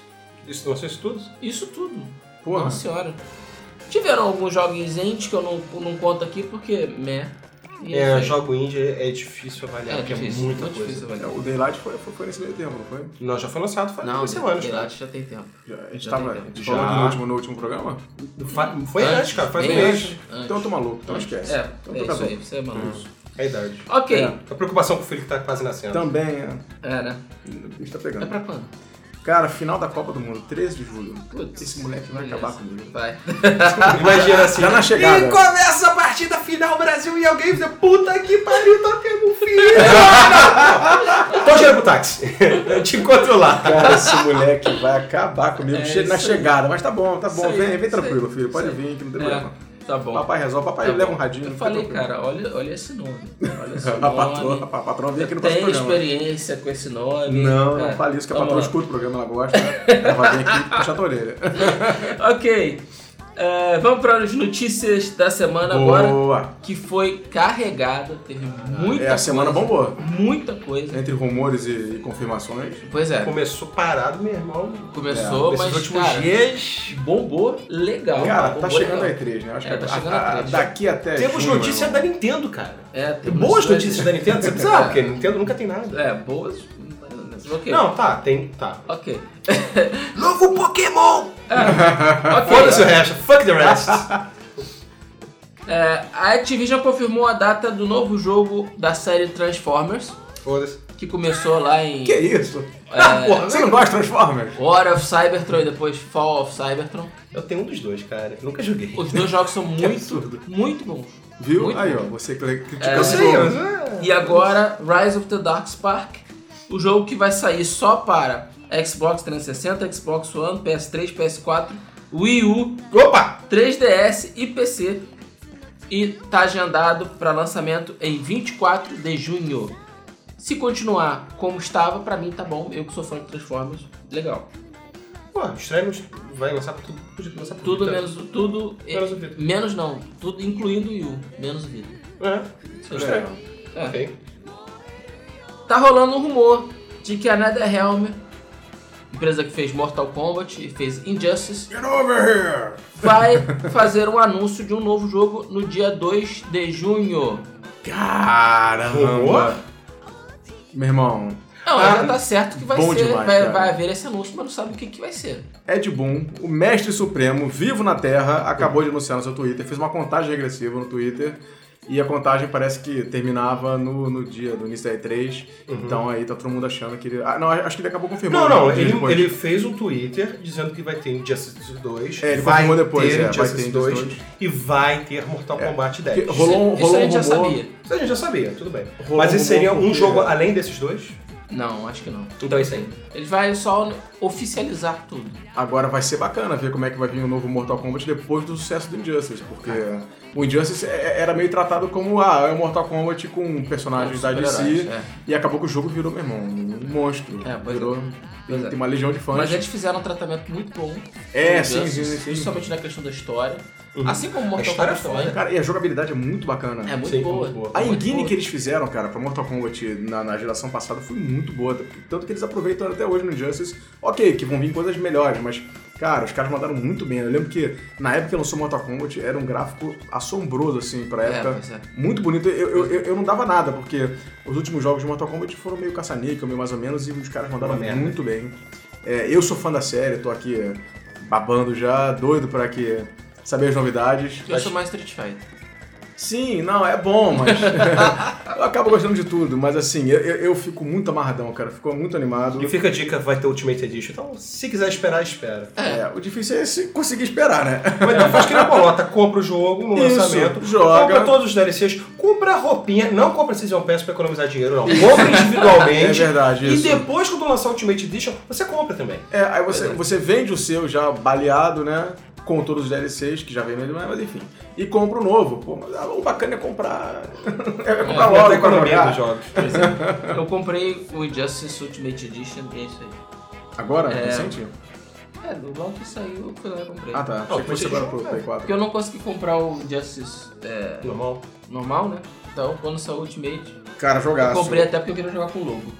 Speaker 3: Isso, não sei se tudo.
Speaker 1: Isso tudo.
Speaker 2: Porra.
Speaker 1: Nossa senhora. Tiveram alguns jogos entes que eu não, não conto aqui porque, meh. E
Speaker 3: É,
Speaker 1: isso aí.
Speaker 3: jogo indie é difícil
Speaker 1: é,
Speaker 3: avaliar, porque
Speaker 1: difícil,
Speaker 3: é muita
Speaker 1: muito
Speaker 3: coisa.
Speaker 1: difícil,
Speaker 2: É,
Speaker 1: velho.
Speaker 2: o Daylight foi, foi, foi nesse meio tempo, não foi?
Speaker 3: Não, já foi lançado faz
Speaker 1: Não,
Speaker 3: duas semanas,
Speaker 1: Daylight
Speaker 3: cara.
Speaker 1: já tem tempo.
Speaker 2: Já, a gente
Speaker 1: Já
Speaker 2: tava.
Speaker 1: tem
Speaker 2: A
Speaker 1: tempo.
Speaker 2: gente
Speaker 3: Já.
Speaker 2: falou no último, no último programa?
Speaker 3: Fa- Foi antes, cara, faz um
Speaker 1: bem
Speaker 3: mês.
Speaker 1: antes.
Speaker 2: Então eu tô maluco, então
Speaker 1: Antes.
Speaker 2: esquece.
Speaker 1: É, é
Speaker 2: então tô
Speaker 1: isso aí,
Speaker 2: acabando.
Speaker 1: você é maluco.
Speaker 3: É a idade.
Speaker 1: Ok.
Speaker 2: É.
Speaker 3: A preocupação com o filho que tá quase nascendo. (laughs)
Speaker 2: Também, é,
Speaker 1: É, né?
Speaker 2: o bicho tá
Speaker 1: É
Speaker 2: pegando.
Speaker 1: pra quando?
Speaker 2: Cara, final da Copa do Mundo, 13 de julho.
Speaker 1: Putz.
Speaker 2: Esse moleque vai
Speaker 1: Beleza.
Speaker 2: acabar comigo. (laughs)
Speaker 1: Vai.
Speaker 3: Imagina assim.
Speaker 2: Já na chegada.
Speaker 3: E começa a partida final Brasil e alguém diz, puta que pariu, tá tendo um filho. Tô cheiro pro táxi. (laughs) Eu te encontro lá.
Speaker 2: Cara, esse moleque vai acabar comigo
Speaker 1: É
Speaker 2: che- na
Speaker 1: isso aí.
Speaker 2: chegada. Mas tá bom, tá
Speaker 1: Isso
Speaker 2: bom.
Speaker 1: aí,
Speaker 2: vem, vem
Speaker 1: isso
Speaker 2: tranquilo,
Speaker 1: aí,
Speaker 2: filho. Pode
Speaker 1: isso aí.
Speaker 2: vir, que não tem problema.
Speaker 1: É, tá bom.
Speaker 2: Papai resolve, papai
Speaker 1: Tá
Speaker 2: leva
Speaker 1: bom.
Speaker 2: um radinho.
Speaker 1: Eu
Speaker 2: fica
Speaker 1: falei,
Speaker 2: tranquilo.
Speaker 1: cara, olha, olha esse nome. Olha
Speaker 2: (laughs)
Speaker 1: esse
Speaker 2: A patroa,
Speaker 1: nome.
Speaker 2: a pa- a patroa vem aqui no próximo
Speaker 1: Tem
Speaker 2: programa.
Speaker 1: experiência com esse nome.
Speaker 2: Não,
Speaker 1: É,
Speaker 2: não fale isso, que a
Speaker 1: vamos lá.
Speaker 2: patroa escuta o programa, ela gosta. né? Ela vai vir aqui e puxar a tua
Speaker 1: (laughs)
Speaker 2: orelha.
Speaker 1: Ok. É, vamos para as notícias da semana agora,
Speaker 2: Boa!
Speaker 1: que foi carregada, teve muita
Speaker 2: É, a semana
Speaker 1: coisa,
Speaker 2: bombou.
Speaker 1: Muita coisa.
Speaker 2: Entre rumores e, e confirmações.
Speaker 1: Pois é,
Speaker 3: Começou parado, meu irmão.
Speaker 2: é,
Speaker 1: começou,
Speaker 3: Nesses
Speaker 1: mas
Speaker 3: últimos
Speaker 1: cara,
Speaker 3: dias.
Speaker 1: bombou legal.
Speaker 2: Cara, tá
Speaker 1: bombou
Speaker 2: chegando a
Speaker 1: legal.
Speaker 2: E3, né? Acho
Speaker 1: É,
Speaker 2: que
Speaker 1: tá chegando a E3.
Speaker 2: daqui até.
Speaker 3: Temos
Speaker 2: junho,
Speaker 3: notícia
Speaker 2: irmão.
Speaker 3: da Nintendo, cara.
Speaker 1: É,
Speaker 3: Tem
Speaker 1: temos
Speaker 3: boas
Speaker 1: coisas-
Speaker 3: notícias da Nintendo, você precisa, porque Nintendo nunca tem nada.
Speaker 2: né?
Speaker 1: É, boas. Ok.
Speaker 3: Não, tá, tem. Tá.
Speaker 1: Ok. (laughs)
Speaker 3: Novo Pokémon!
Speaker 1: Ah, Ok.
Speaker 3: Foda-se o resto, fuck the rest.
Speaker 1: É, a Activision confirmou a data do novo jogo da série Transformers,
Speaker 3: Foda-se.
Speaker 1: que começou lá em
Speaker 2: Que isso?
Speaker 1: (laughs) É.
Speaker 2: (laughs) Porra, você não gosta de Transformers?
Speaker 1: War of Cybertron e depois Fall of Cybertron.
Speaker 3: (laughs) Eu tenho um dos dois, cara. Eu nunca joguei.
Speaker 1: Os dois jogos
Speaker 3: (laughs)
Speaker 1: são
Speaker 2: absurdo.
Speaker 1: muito, muito bons.
Speaker 2: Viu?
Speaker 1: Muito
Speaker 2: Aí,
Speaker 1: bom.
Speaker 2: ó, você criticando
Speaker 1: É.
Speaker 2: o
Speaker 3: Eu sei,
Speaker 2: jogo.
Speaker 3: mas. é.
Speaker 1: E agora, Rise of the Dark Spark, o jogo que vai sair só para Xbox 360, Xbox One, PS3, PS4, Wii U,
Speaker 3: Opa!
Speaker 1: 3DS e PC. E tá agendado para lançamento em 24 de junho. Se continuar como estava, pra mim tá bom. Eu que sou fã de Transformers, legal.
Speaker 3: Pô, os trailers vai lançar pra tudo. Podia lançar pra
Speaker 1: Tudo
Speaker 3: tudo.
Speaker 1: menos tudo
Speaker 3: Então, Menos o Vita.
Speaker 1: menos não, tudo incluindo o Yu, menos o Vita.
Speaker 3: É,
Speaker 1: Isso aí.
Speaker 3: estranho.
Speaker 1: É.
Speaker 3: Ok.
Speaker 1: Tá rolando um rumor de que a NetherRealm, empresa que fez Mortal Kombat e fez Injustice,
Speaker 2: Get over here!
Speaker 1: vai
Speaker 3: (laughs)
Speaker 1: fazer um anúncio de um novo jogo no dia 2 de junho.
Speaker 2: Caramba! Meu irmão,
Speaker 1: Não,
Speaker 3: Ah,
Speaker 1: já tá certo que vai
Speaker 2: bom
Speaker 1: ser,
Speaker 2: demais,
Speaker 1: vai,
Speaker 2: cara.
Speaker 1: vai haver esse anúncio, mas não sabe o que, que vai ser.
Speaker 2: Ed Boon, É o mestre supremo, vivo na Terra, acabou de anunciar no seu Twitter, fez uma contagem regressiva no Twitter. E a contagem parece que terminava no, no dia do início da E3. Então aí tá todo mundo achando que ele. Ah, não, acho que ele acabou confirmando.
Speaker 3: Uhum. Não, não,
Speaker 2: um dia
Speaker 3: ele,
Speaker 2: depois.
Speaker 3: ele fez um Twitter dizendo que vai ter Injustice 2.
Speaker 2: É, ele
Speaker 3: vai
Speaker 2: confirmou depois,
Speaker 3: ter
Speaker 2: é, vai
Speaker 3: Injustice
Speaker 2: ter Injustice
Speaker 3: 2,
Speaker 2: 2.
Speaker 3: e vai ter Mortal Kombat 10.
Speaker 2: Que rolou, um-
Speaker 1: isso, isso
Speaker 2: rolou
Speaker 1: a gente
Speaker 2: um
Speaker 1: já
Speaker 2: rumor.
Speaker 1: sabia.
Speaker 3: Isso a gente já sabia, tudo bem.
Speaker 2: Rolou
Speaker 3: Mas esse
Speaker 2: um
Speaker 3: seria
Speaker 2: rumor
Speaker 3: um
Speaker 2: porque-
Speaker 3: jogo além desses dois?
Speaker 1: Não, acho que não.
Speaker 3: Então é isso aí.
Speaker 1: Ele vai só oficializar tudo.
Speaker 2: Agora vai ser bacana ver como é que vai vir o novo Mortal Kombat depois do sucesso do Injustice, porque o Injustice é- era meio tratado como, ah, é um Mortal Kombat com personagens da DC,
Speaker 3: né?
Speaker 1: Super-heróis,
Speaker 2: e acabou que o jogo virou, meu irmão, um monstro.
Speaker 1: É, pois
Speaker 2: virou,
Speaker 1: é. Pois
Speaker 2: tem,
Speaker 1: é.
Speaker 2: tem uma legião de fãs.
Speaker 1: Mas eles fizeram um tratamento muito bom.
Speaker 2: É,
Speaker 1: com
Speaker 2: sim,
Speaker 1: Injustice,
Speaker 2: sim, Uhum. sim.
Speaker 1: Principalmente na questão da história. Assim como Mortal Kombat
Speaker 3: história é foda.
Speaker 1: também.
Speaker 2: Cara, e a jogabilidade é muito bacana.
Speaker 1: É muito
Speaker 3: Sim,
Speaker 1: boa.
Speaker 3: muito boa.
Speaker 2: A
Speaker 1: Muito
Speaker 2: engine
Speaker 1: boa.
Speaker 2: que eles fizeram, cara, pra Mortal Kombat na, na geração passada foi muito boa. Tanto que eles aproveitam até hoje no Injustice. Ok, que vão vir coisas melhores, mas, cara, os caras mandaram muito bem. né? Eu lembro que na época que lançou Mortal Kombat era um gráfico assombroso, assim, pra
Speaker 1: É,
Speaker 2: época.
Speaker 1: pois é.
Speaker 2: Muito bonito. Eu, eu, eu, eu não dava nada, porque os últimos jogos de Mortal Kombat foram meio caça-níquel, meio mais ou menos, e os caras mandaram
Speaker 3: Uma merda.
Speaker 2: muito bem. É, eu sou fã da série, tô aqui babando já, doido pra que saber as novidades.
Speaker 1: Eu sou mais Street Fighter.
Speaker 2: Sim, não, é bom, mas. (laughs) eu acabo gostando de tudo, mas assim, eu, eu- eu fico muito amarradão, cara. Ficou muito animado.
Speaker 3: E fica a dica, vai ter Ultimate Edition. Então, se quiser esperar, espera.
Speaker 2: É, o difícil é se conseguir esperar, né? (laughs)
Speaker 3: Mas então faz que nem a bolota, compra o jogo no
Speaker 2: Isso,
Speaker 3: lançamento,
Speaker 2: joga.
Speaker 3: compra todos os DLCs, compra a roupinha, não compra Season Pass pra economizar dinheiro, não. Compra
Speaker 2: (laughs)
Speaker 3: individualmente.
Speaker 2: É verdade,
Speaker 3: E
Speaker 2: isso.
Speaker 3: depois, quando lançar o Ultimate Edition, você compra também.
Speaker 2: É, aí você, você vende o seu já baleado, né? Com todos os DLCs que já vem mesmo, mas enfim. E compra o novo. Pô, mas ah, o bacana é comprar. (laughs) é comprar logo, Ah,
Speaker 3: Aumenta a
Speaker 2: comprar
Speaker 3: economia dos
Speaker 2: logo.
Speaker 3: jogos.
Speaker 1: Por exemplo, (laughs) eu comprei o Injustice Ultimate Edition e é isso aí.
Speaker 2: Agora?
Speaker 1: É.
Speaker 2: Recente?
Speaker 1: É, do logo que saiu, eu fui lá e comprei.
Speaker 2: Ah tá,
Speaker 3: Não,
Speaker 2: achei que fosse
Speaker 3: PlayStation,
Speaker 2: agora pro Play 4.
Speaker 1: Porque eu não consegui comprar o Injustice é,
Speaker 3: Normal.
Speaker 1: normal, né? Então, quando saiu o Ultimate,
Speaker 2: Cara,
Speaker 1: eu
Speaker 2: jogaço.
Speaker 1: comprei até porque eu queria jogar com o Lobo.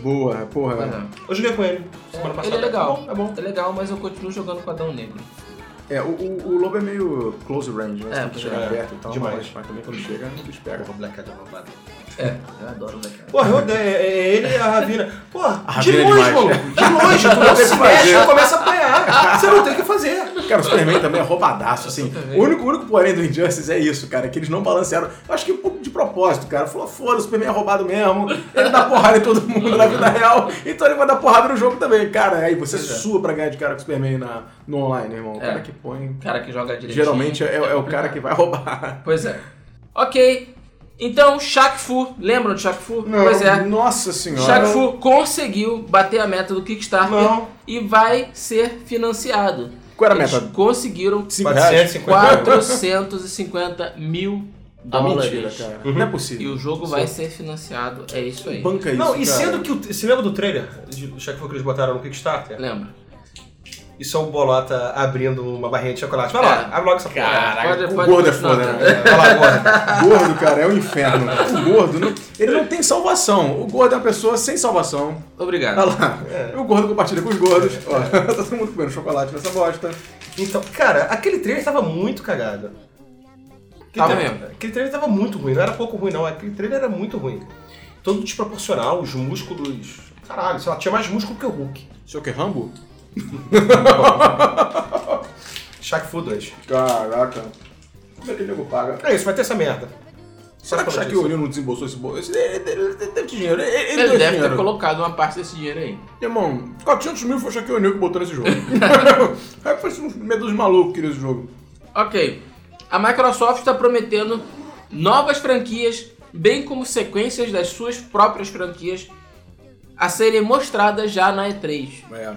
Speaker 2: Boa, porra.
Speaker 1: Mas, é.
Speaker 3: Eu joguei com ele semana passada.
Speaker 1: Ele é legal,
Speaker 2: Tá
Speaker 3: É bom.
Speaker 1: é legal, mas eu continuo jogando com o Adão Negro.
Speaker 2: É, o, o, o lobo é meio close range, né? Você
Speaker 1: É,
Speaker 2: tem que
Speaker 1: pois
Speaker 2: chegar
Speaker 3: é.
Speaker 2: perto e tal,
Speaker 3: Demais.
Speaker 2: mas, mas também quando chega, o bicho
Speaker 3: É
Speaker 2: pega.
Speaker 3: bom. Porra, Black Adam roubado.
Speaker 1: É, eu adoro, né, cara?
Speaker 3: Porra, eu odeio. É é ele e a Ravina. Porra,
Speaker 2: A
Speaker 1: Ah,
Speaker 3: de
Speaker 2: Ravina é
Speaker 3: longe,
Speaker 2: demais. Ah,
Speaker 3: maluco. De
Speaker 1: (laughs)
Speaker 3: longe. Tu
Speaker 2: Não
Speaker 3: não
Speaker 2: tem o
Speaker 3: se
Speaker 2: é que
Speaker 3: mexe,
Speaker 1: é.
Speaker 2: fazer.
Speaker 3: tu começa
Speaker 2: (laughs)
Speaker 3: a apanhar. Você não tem o que fazer.
Speaker 2: Cara, o Superman também é roubadaço, assim.
Speaker 1: Superman.
Speaker 2: O único, o único porém do Injustice é isso, cara, que eles não balancearam. Eu acho que um pouco de propósito, cara. Falou, foda, o Superman é roubado mesmo, ele dá porrada em todo mundo na vida real, então ele vai dar porrada no jogo também. Cara, aí você
Speaker 1: Pois é.
Speaker 2: sua pra ganhar de cara com o Superman na, no online, irmão. O cara que põe...
Speaker 1: O cara que joga direitinho.
Speaker 2: Geralmente é, é o cara que vai roubar.
Speaker 1: Pois é. Ok, então Shaq Fu, lembram de Shaq Fu? pois é.
Speaker 2: Nossa senhora.
Speaker 1: Shaq Fu conseguiu bater a meta do Kickstarter
Speaker 3: Não.
Speaker 1: e vai ser financiado.
Speaker 2: Qual era a
Speaker 1: Eles
Speaker 2: meta?
Speaker 1: conseguiram
Speaker 2: Cinco reais?
Speaker 1: 450 mil
Speaker 2: (laughs) Ah,
Speaker 1: dólares.
Speaker 2: mentira, cara. Não é possível.
Speaker 1: Uhum. E o jogo vai ser financiado, é isso aí.
Speaker 2: Banca isso,
Speaker 3: Não, e
Speaker 2: cara.
Speaker 3: sendo que o. Você lembra do trailer? De Shaq Fu que eles botaram no Kickstarter?
Speaker 1: Lembra?
Speaker 3: E só o Bolota abrindo uma barrinha de chocolate. Vai lá,
Speaker 1: É.
Speaker 3: abre logo essa porra.
Speaker 1: Pode-
Speaker 2: o
Speaker 1: pode
Speaker 2: gordo é
Speaker 1: continuar, tá?
Speaker 2: foda,
Speaker 1: cara.
Speaker 2: né?
Speaker 3: Vai lá agora.
Speaker 2: gordo, cara, é um inferno. O gordo, não- ele não tem salvação. O gordo é uma pessoa sem salvação.
Speaker 1: Obrigado.
Speaker 2: Olha lá.
Speaker 3: É.
Speaker 2: O gordo compartilha com os gordos. Ó, (laughs) tá todo mundo comendo chocolate nessa bosta.
Speaker 3: Então, cara, aquele trailer tava muito cagado. Aquele
Speaker 1: Tava
Speaker 3: trailer-
Speaker 1: mesmo.
Speaker 3: Aquele trailer tava muito ruim, não era pouco ruim, não. Aquele trailer era muito ruim. Todo desproporcional, os músculos. Caralho, sei lá, tinha mais músculo que o Hulk.
Speaker 2: Isso é o que? Rambo?
Speaker 3: Shaq Fu 2.
Speaker 2: Caraca. Como é que o nego paga?
Speaker 3: É isso, vai ter essa merda.
Speaker 2: Será que o
Speaker 3: Só
Speaker 2: Shaquille
Speaker 3: disso.
Speaker 2: O'Neal não desembolsou esse bolso? Ele, ele, ele teve dinheiro. Ele, ele,
Speaker 1: Ele
Speaker 2: deu
Speaker 1: deve
Speaker 2: dinheiro.
Speaker 1: ter colocado uma parte desse dinheiro aí.
Speaker 2: Irmão, 400 mil foi o Shaquille O'Neal que botou
Speaker 1: (laughs)
Speaker 2: nesse jogo. Aí foi um medo dos malucos que queria esse jogo.
Speaker 1: Ok. A Microsoft está prometendo novas franquias, bem como sequências das suas próprias franquias a serem mostradas já na E3.
Speaker 2: É.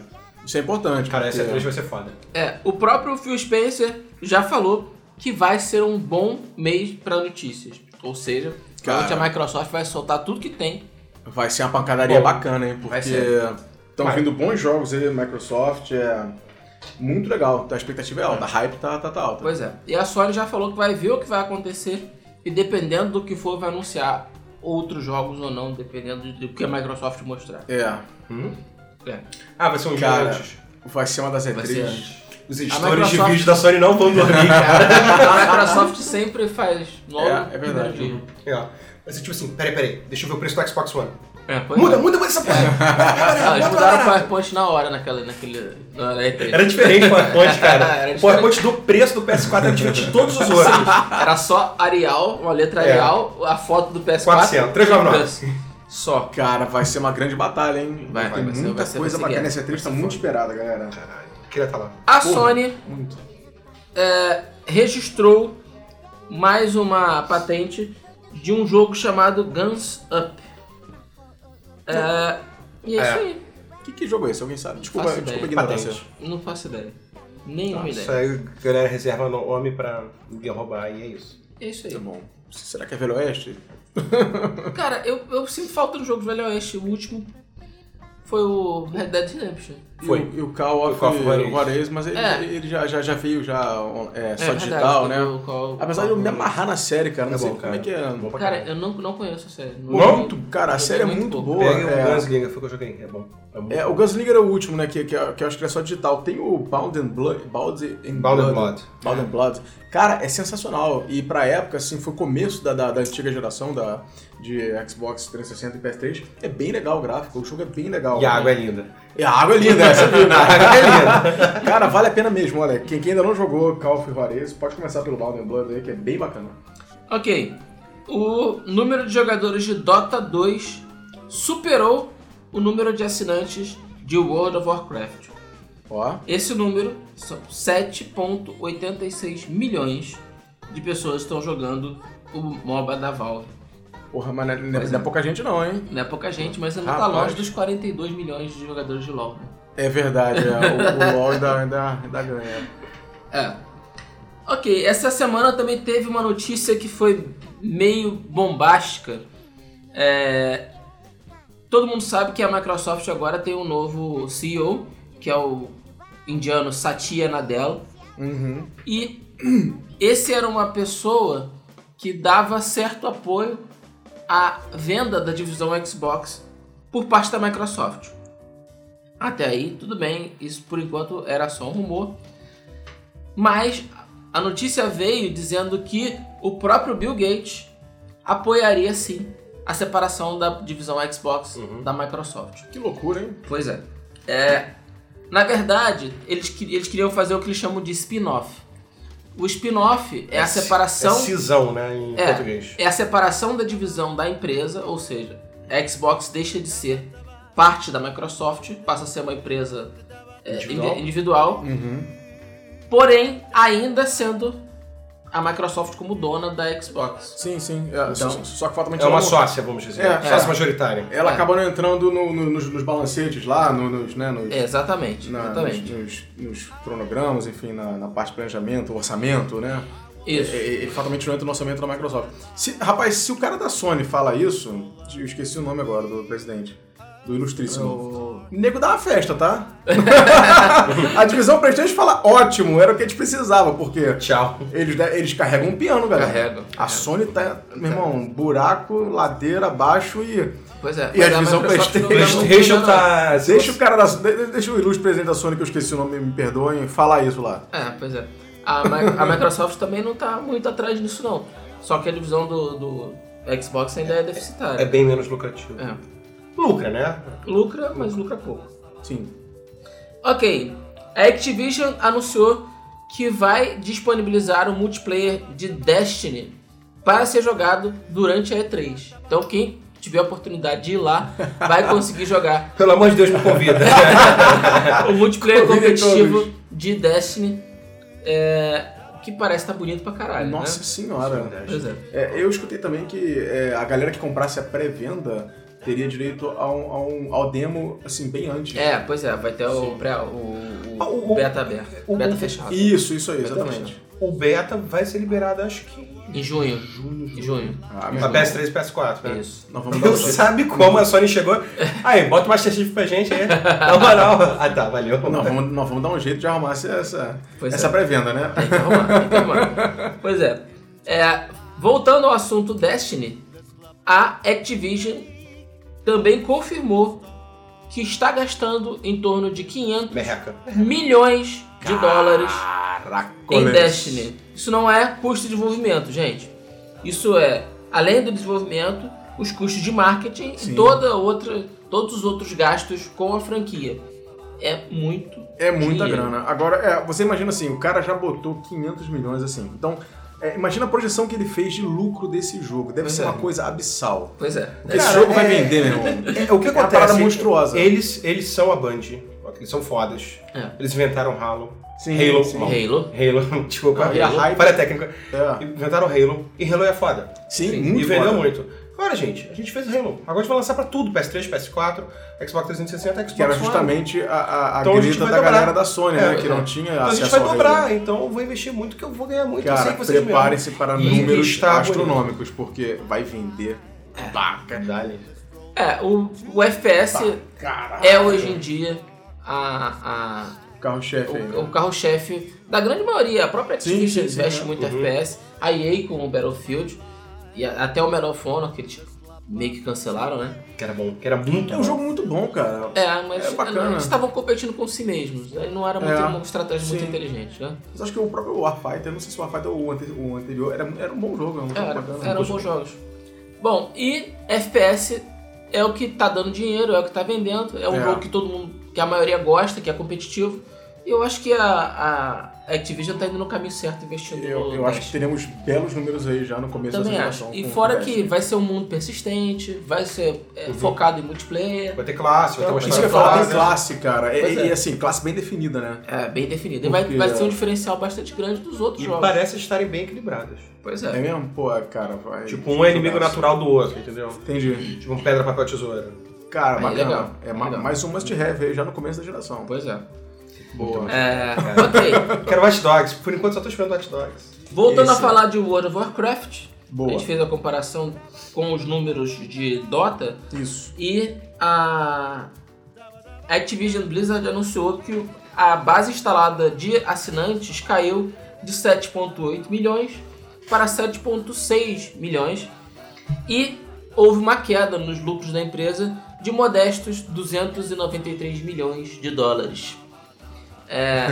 Speaker 2: Isso é importante.
Speaker 3: Cara, essa
Speaker 2: porque-
Speaker 3: 3 vai ser foda.
Speaker 1: É, o próprio Phil Spencer já falou que vai ser um bom mês para notícias. Ou seja,
Speaker 2: Cara.
Speaker 1: provavelmente a Microsoft vai soltar tudo que tem.
Speaker 2: Vai ser uma pancadaria
Speaker 3: Bom,
Speaker 2: bacana, hein?
Speaker 1: vai
Speaker 2: Porque
Speaker 1: ser.
Speaker 2: estão
Speaker 3: Vai.
Speaker 2: vindo bons jogos aí, Microsoft. É muito legal. Então, A expectativa é alta, a hype tá, tá, tá alta.
Speaker 1: Pois é. E a Sony já falou que vai ver o que vai acontecer e dependendo do que for vai anunciar outros jogos ou não, dependendo do que a Microsoft mostrar.
Speaker 2: É,
Speaker 1: É.
Speaker 3: Ah, vai ser um
Speaker 2: Cara,
Speaker 3: jogo antes.
Speaker 2: vai ser uma
Speaker 3: É
Speaker 2: das
Speaker 1: Vai ser
Speaker 2: E3.
Speaker 1: antes.
Speaker 3: Os
Speaker 1: Microsoft-
Speaker 3: editores de vídeo da Sony não vão (laughs) dormir, cara.
Speaker 1: A Microsoft sempre faz logo.
Speaker 2: É, é
Speaker 1: no primeiro
Speaker 2: verdade.
Speaker 1: dia.
Speaker 3: É, Mas é tipo assim, peraí, peraí, deixa eu ver o preço do Xbox One.
Speaker 1: É, pois
Speaker 3: Muda,
Speaker 1: é.
Speaker 3: muda mais essa porra.
Speaker 1: Ah, eles
Speaker 3: Bora, bora,
Speaker 1: mudaram o
Speaker 3: bora.
Speaker 1: PowerPoint na hora, naquela, naquele. Na na E3.
Speaker 3: Era diferente
Speaker 1: (laughs)
Speaker 3: o PowerPoint, cara.
Speaker 1: Era
Speaker 3: O PowerPoint do preço do PS4 era diferente de todos os outros.
Speaker 1: Era só Arial, uma letra
Speaker 3: É.
Speaker 1: Arial, a foto do PS4.
Speaker 3: 400, 399.
Speaker 1: Só.
Speaker 2: Cara, vai ser uma grande batalha, hein?
Speaker 1: Vai,
Speaker 2: Tem
Speaker 1: vai ser-
Speaker 2: muita
Speaker 1: vai ser-
Speaker 2: coisa
Speaker 1: vai ser
Speaker 2: bacana.
Speaker 1: guerra.
Speaker 2: Essa E3 tá muito esperada, galera.
Speaker 3: Caralho, queria estar lá.
Speaker 1: A
Speaker 2: Porra.
Speaker 1: Sony
Speaker 2: Muito.
Speaker 1: é, registrou mais uma patente de um jogo chamado Guns Up. É, e é,
Speaker 3: É.
Speaker 1: isso aí.
Speaker 2: Que, que jogo é esse? Alguém sabe? Desculpa,
Speaker 1: Faço
Speaker 2: desculpa a
Speaker 1: ideia.
Speaker 2: ignorância.
Speaker 3: Patente.
Speaker 1: Não faço ideia. Nenhuma
Speaker 3: Isso
Speaker 1: ideia.
Speaker 3: aí, a galera reserva no homem pra ninguém roubar e é isso.
Speaker 1: É isso
Speaker 2: Tá
Speaker 1: aí.
Speaker 2: bom. Será que é Velho Oeste?
Speaker 1: Cara, eu, eu sinto falta do jogo de Velho Oeste. O último foi o Red Dead Redemption.
Speaker 2: E
Speaker 3: Foi.
Speaker 2: o- E o Call
Speaker 3: O
Speaker 2: of
Speaker 3: Call of Juarez.
Speaker 2: Juarez, mas ele,
Speaker 1: É.
Speaker 2: ele já, já, já veio já é, só
Speaker 1: É,
Speaker 2: digital,
Speaker 1: verdade,
Speaker 2: né?
Speaker 1: do- qual-
Speaker 2: Apesar de eu me amarrar na série, cara, não
Speaker 3: É
Speaker 2: sei
Speaker 3: bom,
Speaker 2: como é
Speaker 3: cara.
Speaker 2: que é.
Speaker 3: Bom pra
Speaker 1: Cara,
Speaker 3: caralho.
Speaker 1: eu não, não conheço a série.
Speaker 2: Não, tu- cara, a
Speaker 1: Eu
Speaker 2: série é
Speaker 1: joguei
Speaker 2: muito
Speaker 1: muito
Speaker 2: boa.
Speaker 3: Pega
Speaker 2: é.
Speaker 3: o Gunslinger, um foi o que eu joguei. É bom. É bom.
Speaker 2: É, o Gunslinger é o último, né? Que, que, que eu acho que ele é só digital. Tem o Bound and Blood. Bound and
Speaker 3: Bound and
Speaker 2: Blood.
Speaker 3: Blood.
Speaker 2: Bound and Blood. Cara, é sensacional. E pra época, assim, foi o começo da, da, da antiga geração da, de Xbox 360 e PS3. É bem legal o gráfico, o jogo é bem legal.
Speaker 3: E a água é linda.
Speaker 2: E a água é linda, essa viu, né?
Speaker 3: (laughs) A água é linda.
Speaker 2: (laughs) Cara, vale a pena mesmo, olha. Quem, quem ainda não jogou Call of Juarez, pode começar pelo Bound and Blood aí, que é bem bacana.
Speaker 1: Ok. O número de jogadores de Dota 2 superou o número de assinantes de World of Warcraft.
Speaker 2: Ó,
Speaker 1: Esse número são 7,86 milhões de pessoas que estão jogando o MOBA da Valve.
Speaker 2: porra, mas não é,
Speaker 1: Pois
Speaker 2: não é pouca gente não, hein?
Speaker 1: Não é pouca gente, mas ainda tá
Speaker 2: Rapaz.
Speaker 1: longe dos 42 milhões de jogadores de LoL. né?
Speaker 2: É verdade, é, o, o LoL ainda, ainda, ainda ganha.
Speaker 1: É. Ok, essa semana também teve uma notícia que foi meio bombástica. É, Todo mundo sabe que a Microsoft agora tem um novo CEO, que é o indiano Satya Nadella.
Speaker 2: Uhum.
Speaker 1: E (clears throat) esse era uma pessoa que dava certo apoio à venda da divisão Xbox por parte da Microsoft. Até aí, tudo bem, isso por enquanto era só um rumor. Mas a notícia veio dizendo que o próprio Bill Gates apoiaria sim a separação da divisão Xbox
Speaker 3: Uhum.
Speaker 1: da Microsoft.
Speaker 2: Que loucura, hein?
Speaker 1: Pois é. É, na verdade, eles, que- eles queriam fazer o que eles chamam de spin-off. O spin-off é, a
Speaker 3: ci-
Speaker 1: separação.
Speaker 3: É cisão, né, em
Speaker 1: É.
Speaker 3: português.
Speaker 1: É a separação da divisão da empresa, ou seja, a Xbox deixa de ser parte da Microsoft, passa a ser uma empresa é,
Speaker 3: Individual.
Speaker 1: indi- individual,
Speaker 2: Uhum.
Speaker 1: porém ainda sendo a Microsoft como dona da Xbox.
Speaker 2: Sim, sim. É, só-
Speaker 1: Então-
Speaker 2: só que falta
Speaker 3: É uma
Speaker 2: ela não-
Speaker 3: sócia, vamos dizer.
Speaker 2: É.
Speaker 3: Sócia
Speaker 1: É.
Speaker 3: majoritária.
Speaker 2: Ela
Speaker 1: É.
Speaker 2: acaba não entrando no- no- nos, nos balancetes lá, no- nos, né, nos,
Speaker 1: É, exatamente,
Speaker 2: na-
Speaker 1: exatamente.
Speaker 2: nos- nos- nos cronogramas, enfim, na, na parte de planejamento, orçamento, né?
Speaker 1: Isso.
Speaker 2: É, é, Ele fatalmente não entra no orçamento da Microsoft. Se- rapaz, se o cara da Sony fala isso, eu esqueci o nome agora do presidente, do ilustríssimo.
Speaker 1: É O-
Speaker 2: O nego dá uma festa, tá? (laughs) a divisão Playstation fala, ótimo, era o que a gente precisava, porque
Speaker 3: Tchau.
Speaker 2: eles, eles carregam um piano, galera.
Speaker 1: Carregam,
Speaker 2: A
Speaker 1: carregam.
Speaker 2: Sony tá, meu irmão, buraco, ladeira, abaixo e...
Speaker 1: Pois é.
Speaker 2: E a
Speaker 1: mas
Speaker 2: divisão
Speaker 1: Microsoft não-
Speaker 2: PlayStation-
Speaker 1: não-
Speaker 3: PlayStation
Speaker 1: não-
Speaker 3: tá. se
Speaker 2: Deixa
Speaker 3: você-
Speaker 2: o cara da. de- Deixa o ilustre presidente da Sony, que eu esqueci o nome, me perdoem, falar isso lá.
Speaker 1: É, pois é. A, Mi- a Microsoft também não tá muito atrás disso, não. Só que a divisão do, do Xbox ainda é
Speaker 3: É
Speaker 1: deficitária.
Speaker 3: bem menos lucrativo.
Speaker 1: É.
Speaker 3: Lucra, né?
Speaker 1: Lucra, mas lucra pouco.
Speaker 2: Sim.
Speaker 1: Ok. A Activision anunciou que vai disponibilizar o multiplayer de Destiny para ser jogado durante a E3. Então quem tiver a oportunidade de ir lá vai conseguir jogar (laughs)
Speaker 3: Pelo amor de Deus, me convida.
Speaker 1: o multiplayer
Speaker 2: Corrida e
Speaker 1: competitivo
Speaker 2: todos.
Speaker 1: de Destiny. É, que parece estar bonito pra caralho.
Speaker 2: Nossa
Speaker 1: né?
Speaker 2: senhora.
Speaker 1: Pois é.
Speaker 2: É, eu escutei também que é, a galera que comprasse a pré-venda teria direito a um, a um- ao demo, assim, bem antes.
Speaker 1: É, pois é, vai ter o, pré, o, o
Speaker 3: Ah, o- o-
Speaker 1: beta aberto,
Speaker 3: o-
Speaker 1: beta
Speaker 3: o-
Speaker 1: fechado.
Speaker 2: Isso, isso aí,
Speaker 1: Exatamente.
Speaker 2: exatamente.
Speaker 3: O beta vai ser liberado, acho que.
Speaker 1: Em junho.
Speaker 3: Junho,
Speaker 1: Em junho.
Speaker 2: Ah, meu
Speaker 3: A
Speaker 2: irmão,
Speaker 3: PS3 e PS4, né?
Speaker 1: Isso. (laughs)
Speaker 2: Nós vamos dar um
Speaker 3: Deus Uhum. sabe como a Sony chegou. Aí, bota o Master Chief pra gente aí. Na (laughs) moral. Ah tá, valeu.
Speaker 2: jeito. Nós vamos, nós vamos dar um jeito de arrumar essa, essa,
Speaker 1: Pois
Speaker 2: essa
Speaker 1: é.
Speaker 2: pré-venda, né?
Speaker 1: Tem que arrumar, tem que arrumar. (laughs) Pois é. É, Voltando ao assunto Destiny, a Activision também confirmou que está gastando em torno de 500
Speaker 3: Merreca.
Speaker 1: milhões de dólares em
Speaker 2: Caracoles.
Speaker 1: Destiny. Isso não é custo de desenvolvimento, gente. Isso é, além do desenvolvimento, os custos de marketing
Speaker 2: Sim.
Speaker 1: e toda outra, todos os outros gastos com a franquia. É muito.
Speaker 2: É muita
Speaker 1: Dinheiro.
Speaker 2: grana. Agora, é, você imagina assim, o cara já botou 500 milhões assim. Então, é, imagina a projeção que ele fez de lucro desse jogo. Deve
Speaker 1: Pois
Speaker 2: ser
Speaker 1: é.
Speaker 2: uma coisa abissal.
Speaker 1: Pois é.
Speaker 2: Esse jogo vai vender, meu irmão.
Speaker 3: É, o que
Speaker 2: É uma
Speaker 3: acontece?
Speaker 2: parada monstruosa.
Speaker 3: Eles, eles são a Band. Eles são fodas.
Speaker 1: É.
Speaker 3: Eles inventaram Halo.
Speaker 2: (laughs) Sim,
Speaker 3: Halo.
Speaker 2: sim.
Speaker 3: Bom.
Speaker 1: Halo.
Speaker 3: Halo, (laughs) desculpa.
Speaker 1: Ah, e a
Speaker 2: hype?
Speaker 3: Para técnica.
Speaker 2: É.
Speaker 3: Inventaram Halo. E Halo é foda.
Speaker 2: Sim,
Speaker 1: Sim.
Speaker 2: muito
Speaker 3: e vendeu
Speaker 2: foda.
Speaker 3: muito. Ora, gente, a gente fez Halo. Agora a gente vai lançar pra tudo: PS3, PS4, Xbox 360, Xbox
Speaker 2: Que era
Speaker 3: One.
Speaker 2: justamente a, a, a
Speaker 3: Então a gente
Speaker 2: grita
Speaker 3: vai
Speaker 2: da
Speaker 3: dobrar.
Speaker 2: galera da Sony, né?
Speaker 3: É,
Speaker 2: Que
Speaker 1: é.
Speaker 2: não tinha
Speaker 3: Então a
Speaker 2: acesso
Speaker 3: gente vai
Speaker 2: ao
Speaker 3: dobrar, então eu vou investir muito que eu vou ganhar muito. eu sei
Speaker 2: Cara,
Speaker 3: que vocês me amam.
Speaker 2: preparem-se para
Speaker 3: E
Speaker 2: números
Speaker 3: está
Speaker 2: astronômicos, porque vai vender baca.
Speaker 1: É, o, o FPS
Speaker 2: Caralho.
Speaker 1: é hoje em dia a, a-
Speaker 2: Carro-chefe aí.
Speaker 1: o, o carro-chefe da grande maioria. A própria
Speaker 2: Sim,
Speaker 1: Activision
Speaker 2: sim, sim,
Speaker 1: investe
Speaker 2: é.
Speaker 1: muito em
Speaker 3: Uhum.
Speaker 1: FPS. A EA com o Battlefield. E a- até o Medal of Honor, que eles meio que cancelaram, né?
Speaker 3: Que era bom, que era muito
Speaker 2: É
Speaker 3: bom.
Speaker 2: um jogo muito bom, cara.
Speaker 1: É, mas
Speaker 2: É bacana.
Speaker 1: eles estavam competindo com si mesmos. Aí não era muito,
Speaker 2: É.
Speaker 1: uma estratégia muito
Speaker 2: Sim.
Speaker 1: inteligente, né?
Speaker 2: Mas acho que o próprio Warfighter, não sei se o Warfighter ou o, ante- o anterior, era, era um bom jogo, era um jogo
Speaker 1: É, Era,
Speaker 2: bacana.
Speaker 1: eram bons jogos. Bom, e FPS é o que tá dando dinheiro, é o que tá vendendo, é um
Speaker 2: É.
Speaker 1: jogo que todo mundo, que a maioria gosta, que é competitivo. E eu acho que a, a Activision tá indo no caminho certo investindo
Speaker 2: Eu,
Speaker 1: no
Speaker 2: eu acho
Speaker 1: teste.
Speaker 2: que teremos belos números aí já no começo
Speaker 1: também
Speaker 2: dessa
Speaker 1: acho.
Speaker 2: geração.
Speaker 1: E
Speaker 2: com o
Speaker 1: fora
Speaker 2: Dash.
Speaker 1: que vai ser um mundo persistente, vai ser é, focado em multiplayer,
Speaker 3: Vai ter classe, vai ter uma
Speaker 2: Isso que eu
Speaker 3: história
Speaker 2: ia falar, tem
Speaker 3: clássica.
Speaker 2: classe, cara.
Speaker 1: Pois
Speaker 2: E,
Speaker 1: é.
Speaker 2: e assim, classe bem definida, né?
Speaker 1: é bem definido. E vai,
Speaker 2: Porque- é
Speaker 1: vai ser um diferencial bastante grande dos outros
Speaker 3: E
Speaker 1: jogos.
Speaker 3: parece estarem bem equilibradas.
Speaker 1: Pois
Speaker 2: É
Speaker 1: é.
Speaker 2: mesmo? Pô, cara, vai.
Speaker 3: Tipo, um é inimigo
Speaker 2: jogaço.
Speaker 3: natural do outro, entendeu?
Speaker 2: Entendi.
Speaker 3: Tipo, um pedra, papel, tesoura.
Speaker 2: Cara,
Speaker 1: Aí,
Speaker 2: bacana.
Speaker 1: legal.
Speaker 2: É ma-
Speaker 1: Legal.
Speaker 2: mais um must-have aí já no começo da geração.
Speaker 1: Pois é.
Speaker 2: Boa.
Speaker 1: É, ok.
Speaker 3: Quero Watch Dogs. Por enquanto só tô esperando Watch Dogs.
Speaker 1: Voltando a
Speaker 2: Esse-
Speaker 1: falar de World of Warcraft, A
Speaker 2: Boa.
Speaker 1: gente fez a comparação com os números de Dota
Speaker 2: Isso.
Speaker 1: e a Activision Blizzard anunciou que a base instalada de assinantes caiu de 7.8 milhões para 7.6 milhões e houve uma queda nos lucros da empresa de modestos 293 milhões de dólares. É,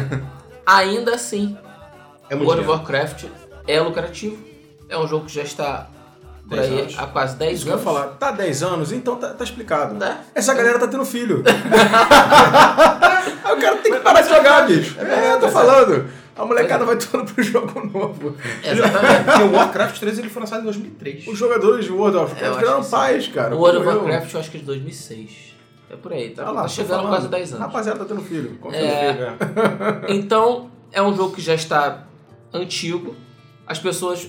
Speaker 1: ainda assim,
Speaker 3: É muito
Speaker 1: World of
Speaker 3: dinheiro.
Speaker 1: Warcraft é lucrativo, é um jogo que já está por
Speaker 3: 10
Speaker 1: aí
Speaker 3: anos.
Speaker 1: há quase
Speaker 2: É
Speaker 1: 10
Speaker 2: isso que eu ia
Speaker 1: anos.
Speaker 2: falar. Tá 10 anos, então tá, tá explicado.
Speaker 1: Tá.
Speaker 2: Essa galera tá
Speaker 1: (laughs)
Speaker 2: tendo filho. aí o cara tem que parar de jogar, bicho. É, eu tô falando. A molecada vai todo pro jogo novo.
Speaker 1: Exatamente.
Speaker 3: Porque o Warcraft 3 ele foi lançado em 2003.
Speaker 2: Os jogadores de World of
Speaker 1: É, Eu
Speaker 2: Warcraft
Speaker 1: acho
Speaker 2: viraram
Speaker 1: que sim.
Speaker 2: pais, (laughs) cara.
Speaker 1: o World of
Speaker 2: como eu.
Speaker 1: Warcraft eu acho que é de 2006. É por aí, tá,
Speaker 2: Olha lá,
Speaker 1: tá
Speaker 2: tô
Speaker 1: chegando a
Speaker 2: falando.
Speaker 1: quase 10 anos.
Speaker 2: Rapaziada, tá tendo filho. Com certeza.
Speaker 1: É,
Speaker 3: É.
Speaker 1: então, é um jogo que já está antigo, as pessoas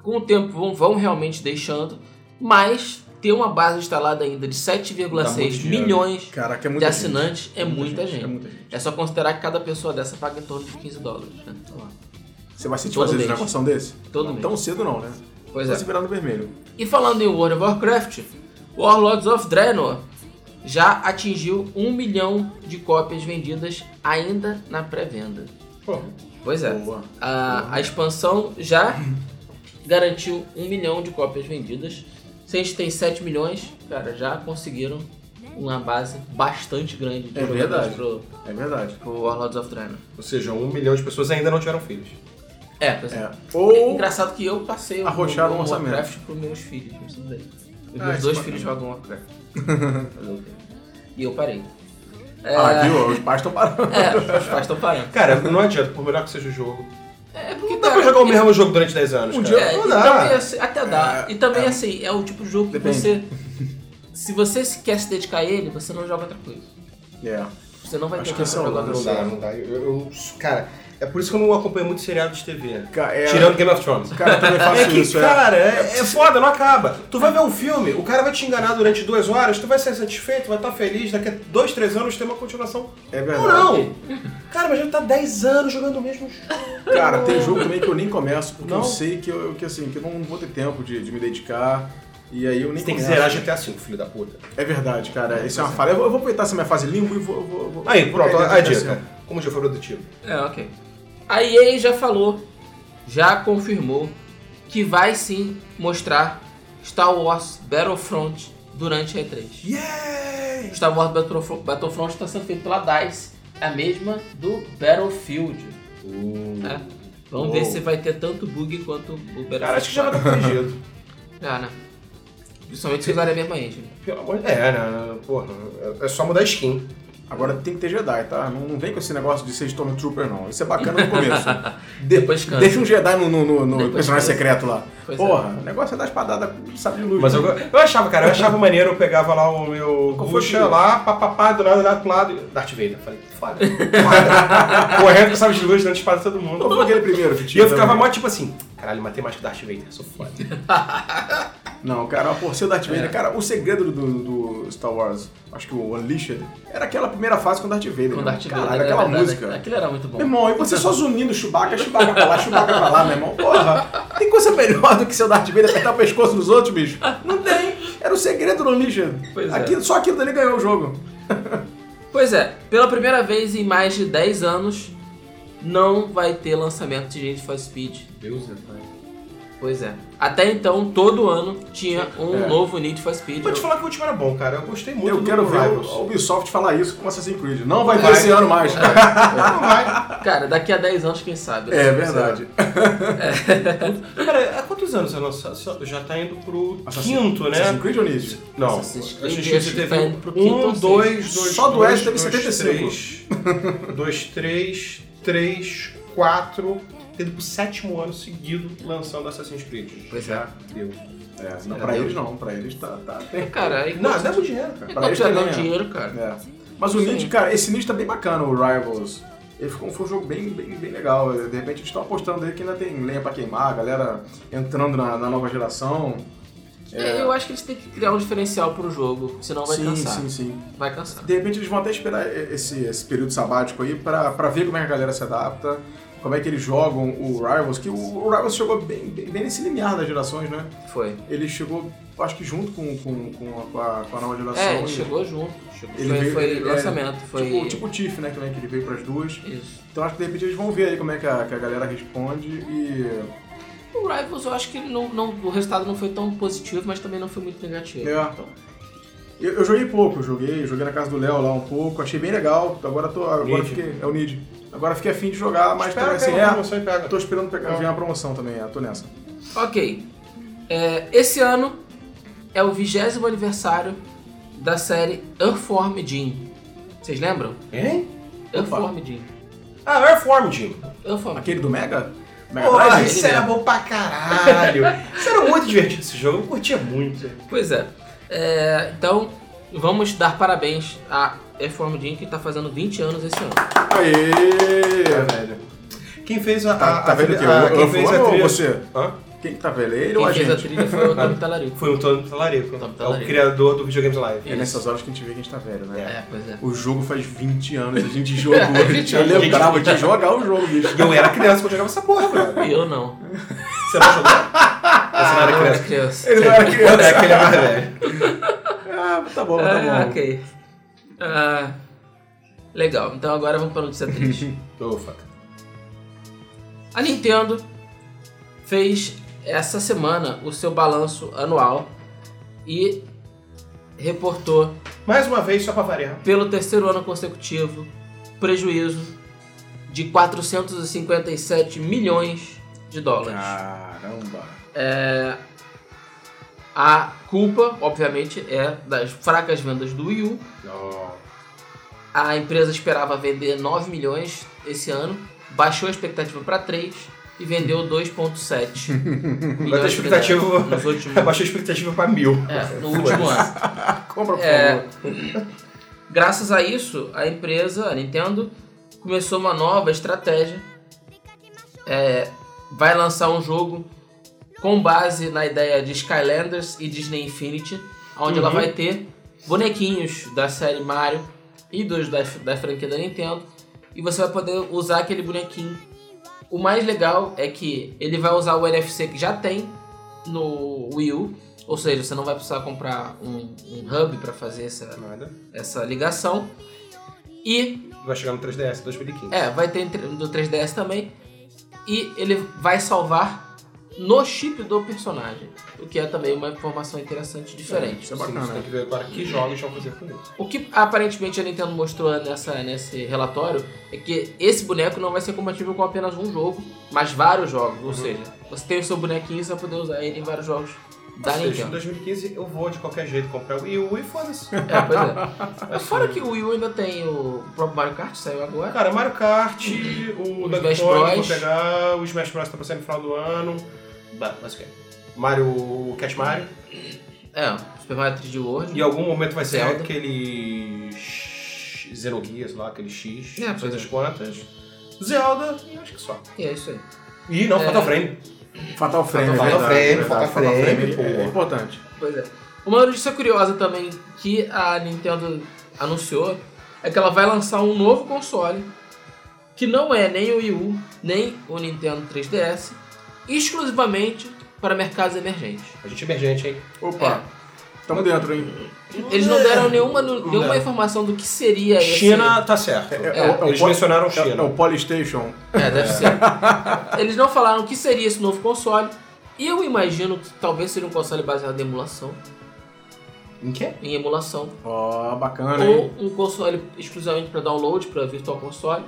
Speaker 1: com o tempo vão, vão realmente deixando, mas ter uma base instalada ainda de
Speaker 3: Dá muito
Speaker 1: 7,6
Speaker 3: dinheiro.
Speaker 1: milhões
Speaker 2: Caraca, é
Speaker 1: de
Speaker 2: muita gente.
Speaker 1: assinantes é muita
Speaker 2: É
Speaker 1: gente.
Speaker 2: muita gente.
Speaker 1: É só considerar que cada pessoa dessa paga em torno de 15 dólares. né? Então, lá.
Speaker 2: Você vai sentir
Speaker 1: Todo
Speaker 2: fazer
Speaker 1: mês.
Speaker 2: uma equação desse?
Speaker 1: Todo
Speaker 2: não,
Speaker 1: mês.
Speaker 2: Tão cedo não, né?
Speaker 1: Pois
Speaker 2: Só
Speaker 1: é.
Speaker 2: se virar no vermelho.
Speaker 1: E falando em World of Warcraft, Warlords of Draenor já atingiu 1 milhão de cópias vendidas ainda na pré-venda.
Speaker 3: Pô,
Speaker 1: Pois é.
Speaker 2: Boa.
Speaker 1: A, a expansão já garantiu 1 milhão de cópias vendidas. Se a gente tem 7 milhões, cara, já conseguiram uma base bastante grande de
Speaker 2: É
Speaker 1: jogadores
Speaker 2: verdade.
Speaker 1: Pro,
Speaker 2: É verdade.
Speaker 1: pro Warlords of Draenor.
Speaker 3: ou seja, um milhão de pessoas ainda não tiveram filhos.
Speaker 1: É, pois é.
Speaker 2: É. Ou...
Speaker 1: Engraçado que eu passei o
Speaker 2: Arrocharam
Speaker 1: o
Speaker 2: o orçamento.
Speaker 1: Warcraft pros meus filhos, não sei daí. Os
Speaker 2: Ah,
Speaker 1: meus
Speaker 2: isso
Speaker 1: dois
Speaker 2: é
Speaker 1: filhos
Speaker 2: bacana.
Speaker 1: jogam Warcraft. Fazer o quê? e eu parei.
Speaker 2: Ah, viu? Os pais estão parando.
Speaker 1: É, (laughs) os pais estão parando.
Speaker 3: Cara, não adianta, por melhor que seja o jogo.
Speaker 1: É porque
Speaker 3: Não dá pra jogar o mesmo jogo durante 10 anos,
Speaker 2: Um
Speaker 3: cara.
Speaker 2: dia-
Speaker 1: É,
Speaker 3: não
Speaker 1: e
Speaker 3: dá.
Speaker 1: também, assim, até dá. e também, assim, é o tipo de jogo que
Speaker 2: Depende.
Speaker 1: você. Se você se quer se dedicar a ele, você não joga outra coisa.
Speaker 2: (laughs) É.
Speaker 1: Você não vai
Speaker 2: Acho
Speaker 1: ter
Speaker 2: que esse é um
Speaker 1: jogar
Speaker 2: lance.
Speaker 1: outra
Speaker 3: Não
Speaker 1: coisa.
Speaker 3: dá, não dá. Eu, eu- cara, é por isso que eu não acompanho muito seriado de TV.
Speaker 2: Ca- é-
Speaker 3: Tirando Game of Thrones.
Speaker 2: Cara, eu também faço
Speaker 3: É que,
Speaker 2: isso. é.
Speaker 3: cara, é, é foda, não acaba. Tu vai ver um filme, o cara vai te enganar durante duas horas, tu vai ser satisfeito, vai estar feliz, daqui a dois, três anos tem uma continuação.
Speaker 2: É
Speaker 3: Ou
Speaker 2: verdade.
Speaker 3: não! Cara, mas já tá 10 anos jogando o mesmo jogo.
Speaker 2: Cara, tem jogo também que eu nem começo, porque
Speaker 3: Não?
Speaker 2: eu sei que eu, que, assim, que eu não vou ter tempo de, de me dedicar. E aí eu nem
Speaker 3: Você tem que
Speaker 2: começo.
Speaker 3: zerar GTA V, filho da puta.
Speaker 2: É verdade, cara. Isso é uma falha. Eu vou, eu vou aproveitar essa minha fase limbo e vou... vou, vou assim.
Speaker 3: Aí, pronto,
Speaker 2: vou-
Speaker 3: a, a dica. Como o dia foi produtivo.
Speaker 1: É, ok. A EA já falou, já confirmou que vai sim mostrar Star Wars Battlefront durante a E3.
Speaker 3: Yeah!
Speaker 1: Star Wars Battlefro- Battlefront está sendo feito pela DICE, é a mesma do Battlefield.
Speaker 3: Uh.
Speaker 1: né? Vamos ver
Speaker 3: Uou.
Speaker 1: se vai ter tanto bug quanto o Battlefield.
Speaker 3: Cara, acho que já vai estar corrigido. (laughs)
Speaker 1: Já, né? Principalmente se usarem a mesma engine.
Speaker 3: Pelo amor de Deus. É, né? Porra, é- é só mudar a skin.
Speaker 2: Agora tem que ter Jedi, tá? Não, não vem com esse negócio de ser
Speaker 3: (laughs)
Speaker 2: Stormtrooper, não. Isso é bacana no começo. De-
Speaker 1: Depois cansa.
Speaker 2: Deixa um Jedi no, no- no- no
Speaker 1: Depois
Speaker 2: personagem
Speaker 1: cansa.
Speaker 2: secreto lá.
Speaker 1: Pois é.
Speaker 2: Porra, o negócio é dar espadada com sabre de luz.
Speaker 3: Mas
Speaker 2: né?
Speaker 3: eu, go- eu achava, cara, eu achava maneiro, eu pegava lá o meu
Speaker 2: Qual foi o
Speaker 3: bucha
Speaker 2: teu?
Speaker 3: lá, papapá, do lado, do lado, do lado, e- Darth Vader. Falei,
Speaker 2: (laughs)
Speaker 3: foda, foda. Correndo com sabe de luz, dando espada em todo
Speaker 2: Qual
Speaker 3: mundo.
Speaker 2: foi aquele primeiro né? que
Speaker 3: E
Speaker 2: tinha?
Speaker 3: eu ficava
Speaker 2: também?
Speaker 3: mó tipo assim, caralho, matei mais que o Darth Vader, sou
Speaker 2: (laughs)
Speaker 3: foda.
Speaker 2: Não, cara, uma porção da Darth Vader. Cara, o segredo do, do Star Wars, acho que o Unleashed, era aquela primeira fase com o Darth Vader.
Speaker 1: Com
Speaker 2: né?
Speaker 1: Darth Vader.
Speaker 2: Caralho,
Speaker 1: era
Speaker 2: aquela
Speaker 1: é verdade.
Speaker 2: música.
Speaker 1: Aquilo era muito bom.
Speaker 2: Meu irmão, e você só zunindo o Chewbacca, Chewbacca pra lá, Chewbacca pra lá, meu irmão. Porra, tem coisa melhor do que seu Darth Vader apertar o pescoço dos outros, bicho? Não tem. Era o segredo do Unleashed.
Speaker 1: Pois é.
Speaker 2: Aquilo, Só aquilo dali ganhou o jogo.
Speaker 1: Pois é, pela primeira vez em mais de 10 anos, não vai ter lançamento de Need for Speed.
Speaker 3: Deus é
Speaker 1: Pois é. Até então, todo ano tinha um
Speaker 2: É.
Speaker 1: novo Need for Speed.
Speaker 3: Vou te falar que o último era bom, cara. Eu gostei muito
Speaker 2: Eu
Speaker 3: do
Speaker 2: quero ver
Speaker 3: Rivals.
Speaker 2: a Ubisoft falar isso com Assassin's Creed. Não vai ter
Speaker 3: Vai.
Speaker 2: esse ano mais, cara.
Speaker 3: Não vai.
Speaker 1: Cara, daqui a 10 anos, quem sabe? né?
Speaker 2: É verdade.
Speaker 3: Cara, há quantos anos é nossa? só- Já tá indo pro
Speaker 2: Assassin's-
Speaker 3: quinto, né?
Speaker 2: Assassin's Creed ou Need?
Speaker 3: Não.
Speaker 1: Assassin's Creed,
Speaker 3: Assassin's Creed
Speaker 1: acho que
Speaker 3: teve
Speaker 1: tá indo pro quinto ou
Speaker 3: um,
Speaker 1: sexto.
Speaker 3: dois, dois,
Speaker 2: Só do
Speaker 3: dois,
Speaker 2: Oeste teve
Speaker 3: dois,
Speaker 2: 75.
Speaker 3: Três, (laughs) dois, três, três, quatro. Tendo pro sétimo ano seguido lançando Assassin's Creed.
Speaker 1: Pois é.
Speaker 3: Já deu.
Speaker 2: É, não, pra eles não, pra eles tá... tá tem-
Speaker 1: Cara, aí
Speaker 3: Não, dá muito dinheiro, cara.
Speaker 1: é
Speaker 2: pra eles
Speaker 1: quanto é
Speaker 2: também,
Speaker 1: não
Speaker 2: é.
Speaker 1: dinheiro, cara.
Speaker 2: É. Mas o Need, cara, esse Need tá bem bacana, o Rivals. Ele ficou, foi um jogo bem, bem, bem legal. É, De repente eles estão apostando aí que ainda tem lenha pra queimar, a galera entrando na, na nova geração.
Speaker 1: Eu acho que eles têm que criar um diferencial pro jogo, senão vai
Speaker 2: É. sim,
Speaker 1: cansar.
Speaker 2: sim, sim.
Speaker 1: Vai cansar.
Speaker 2: De repente eles vão até esperar esse, esse período sabático aí pra, pra ver como é que a galera se adapta, como é que eles jogam o Rivals, que o, o Rivals chegou bem, bem, bem nesse limiar das gerações, né?
Speaker 1: Foi.
Speaker 2: Ele chegou, acho que junto com, com, com, a, com a- com a nova geração.
Speaker 1: É,
Speaker 2: e-
Speaker 1: ele chegou junto.
Speaker 2: Ele
Speaker 1: foi
Speaker 2: veio-
Speaker 1: foi
Speaker 2: ele-
Speaker 1: lançamento, foi.
Speaker 2: Tipo, tipo o Tiff, né? Que, né, que ele veio pras duas.
Speaker 1: Isso.
Speaker 2: Então acho que de repente eles vão ver aí como é que a, que a galera responde e.
Speaker 1: O Rivals, eu acho que ele não, não, o resultado não foi tão positivo, mas também não foi muito negativo.
Speaker 2: É. Eu, eu joguei pouco, eu joguei, joguei na casa do Léo lá um pouco, achei bem legal. Agora tô. Agora
Speaker 3: Need.
Speaker 2: fiquei. É o Need. Agora fiquei afim de jogar, mas
Speaker 3: Espera
Speaker 2: também assim,
Speaker 3: que a
Speaker 2: é.
Speaker 3: promoção e pega.
Speaker 2: Tô esperando pegar, vir uma promoção também, é, tô nessa.
Speaker 1: Ok. É, esse ano é o vigésimo aniversário da série Earthworm Jim. Vocês lembram?
Speaker 3: Hein?
Speaker 1: Earthworm Jim.
Speaker 3: Ah, Earthworm Jim.
Speaker 1: Earthworm Jim.
Speaker 2: Aquele do Mega? Mega
Speaker 3: Pô,
Speaker 2: Drive?
Speaker 1: ele
Speaker 3: isso era
Speaker 1: mesmo.
Speaker 3: é bom pra caralho. Isso era muito divertido esse jogo, eu curtia muito.
Speaker 1: Pois é. É, Então, vamos dar parabéns a Earthworm Jim, que tá fazendo 20 anos esse ano.
Speaker 2: Aê!
Speaker 3: velho. Quem fez a.
Speaker 2: Tá,
Speaker 3: a-
Speaker 2: tá
Speaker 3: Ah, a
Speaker 2: vendo o
Speaker 3: trilha-
Speaker 2: quê?
Speaker 3: a-
Speaker 2: O
Speaker 3: Quem fez a
Speaker 2: Earthworm ou
Speaker 3: trilha?
Speaker 2: você?
Speaker 3: Hã?
Speaker 2: Quem que tá vendo? Ele ou
Speaker 1: Quem
Speaker 2: a
Speaker 1: fez a
Speaker 2: gente?
Speaker 1: trilha
Speaker 2: (laughs)
Speaker 1: foi o Tony Talarico.
Speaker 3: Foi o Tony Talarico.
Speaker 1: Tony
Speaker 3: É o
Speaker 1: Talarico.
Speaker 3: criador do Videogames Live.
Speaker 2: É nessas horas que a gente vê que a gente tá velho, né?
Speaker 1: É, pois é.
Speaker 2: O jogo faz 20 anos, a gente (laughs) jogou,
Speaker 1: A
Speaker 3: É,
Speaker 2: a
Speaker 1: gente
Speaker 2: gente eu
Speaker 1: jogou.
Speaker 2: lembrava de jogar o jogo, bicho.
Speaker 3: E eu era criança quando jogava essa porra, mano.
Speaker 1: E eu não. Ah,
Speaker 3: Você não (laughs) jogou? Você não era
Speaker 1: Eu era
Speaker 3: criança.
Speaker 1: criança.
Speaker 2: Ele não era
Speaker 3: É,
Speaker 2: criança.
Speaker 3: aquele é mais velho.
Speaker 2: Ah, tá bom, tá
Speaker 1: Ah,
Speaker 2: bom.
Speaker 1: ok. Ah, legal, então agora vamos para notícia
Speaker 2: (laughs)
Speaker 1: triste.
Speaker 3: Ufa.
Speaker 1: A Nintendo fez essa semana o seu balanço anual e reportou
Speaker 3: Mais uma vez, só pra variar.
Speaker 1: pelo terceiro ano consecutivo prejuízo de 457 milhões de dólares.
Speaker 2: Ah. Caramba.
Speaker 1: A culpa, obviamente, é das fracas vendas do Wii U. A empresa esperava vender 9 milhões esse ano, baixou a expectativa para 3 e vendeu 2,7
Speaker 3: Vai ter
Speaker 1: milhões de
Speaker 3: expectativa.
Speaker 1: unidades nos
Speaker 3: (laughs)
Speaker 1: últimos,
Speaker 3: Abaixou a expectativa pra mil.
Speaker 1: é, no último ano.
Speaker 2: Ah, Compra, por
Speaker 1: É.
Speaker 2: favor.
Speaker 1: Graças a isso, a empresa, a Nintendo, começou uma nova estratégia. É, vai lançar um jogo com base na ideia de Skylanders e Disney Infinity, onde ela
Speaker 3: Uhum.
Speaker 1: vai ter bonequinhos da série Mario e dos da, da franquia da Nintendo, e você vai poder usar aquele bonequinho. O mais legal é que ele vai usar o NFC que já tem no Wii U, ou seja, você não vai precisar comprar um, um hub para fazer essa,
Speaker 3: Nada.
Speaker 1: essa ligação. E
Speaker 3: Vai chegar no 3DS 2015.
Speaker 1: é, vai ter entre- do 3DS também. E ele vai salvar no chip do personagem, o que é também uma informação interessante diferente.
Speaker 2: Isso é
Speaker 3: Sim, Você
Speaker 2: bacana.
Speaker 3: tem que ver agora que jogos vão fazer com isso.
Speaker 1: O que aparentemente a Nintendo mostrou nessa, nesse relatório é que esse boneco não vai ser compatível com apenas um jogo, mas vários jogos.
Speaker 2: Uhum.
Speaker 1: Ou seja, você tem o seu bonequinho e você vai poder usar ele em vários jogos da
Speaker 3: Ou seja, em
Speaker 1: Nintendo.
Speaker 3: 2015 eu vou de qualquer jeito comprar o Wii U e foda-se.
Speaker 1: É, pois
Speaker 2: (laughs)
Speaker 1: é. Fora que o Wii U ainda tem o próprio Mario Kart, saiu agora.
Speaker 3: Cara, Mario Kart, o
Speaker 1: Os
Speaker 3: Donkey
Speaker 1: Smash
Speaker 3: Kong eu vou
Speaker 1: Bros.
Speaker 3: pegar, o Smash Bros tá passando no final do ano.
Speaker 1: Bah.
Speaker 3: Mas o quê? Mario Cash Mario.
Speaker 1: É, Super Mario 3D World.
Speaker 3: Em algum momento vai ser
Speaker 1: Zelda.
Speaker 3: aquele. X- Xenogears lá, aquele X,
Speaker 1: É,
Speaker 3: não sei
Speaker 1: pois
Speaker 3: das
Speaker 1: é.
Speaker 3: contas. Zelda, e acho que só.
Speaker 1: E é isso aí.
Speaker 3: E não,
Speaker 1: É.
Speaker 3: Fatal Frame.
Speaker 2: Fatal Frame,
Speaker 3: Fatal
Speaker 2: é verdade,
Speaker 3: Frame,
Speaker 2: é verdade.
Speaker 3: Fatal Frame,
Speaker 2: é,
Speaker 3: pô.
Speaker 2: é importante.
Speaker 1: Pois é. Uma notícia curiosa também que a Nintendo anunciou é que ela vai lançar um novo console que não é nem o Wii U, nem o Nintendo 3DS, exclusivamente para mercados emergentes.
Speaker 3: A gente é emergente, hein?
Speaker 2: Opa, tamo dentro, hein?
Speaker 1: Eles não deram nenhuma, nenhuma assim. informação do que seria esse.
Speaker 3: China tá certo.
Speaker 2: É,
Speaker 1: é,
Speaker 2: o-
Speaker 3: Eles
Speaker 2: o-
Speaker 3: mencionaram
Speaker 2: é- É
Speaker 3: China.
Speaker 2: o Polystation.
Speaker 1: É, deve ser. Eles não falaram o que seria esse novo console. E eu imagino que talvez seria um console baseado em emulação.
Speaker 3: Em quê?
Speaker 1: Em emulação.
Speaker 2: Ó, bacana, hein?
Speaker 1: Ou um console exclusivamente para download, para Virtual Console.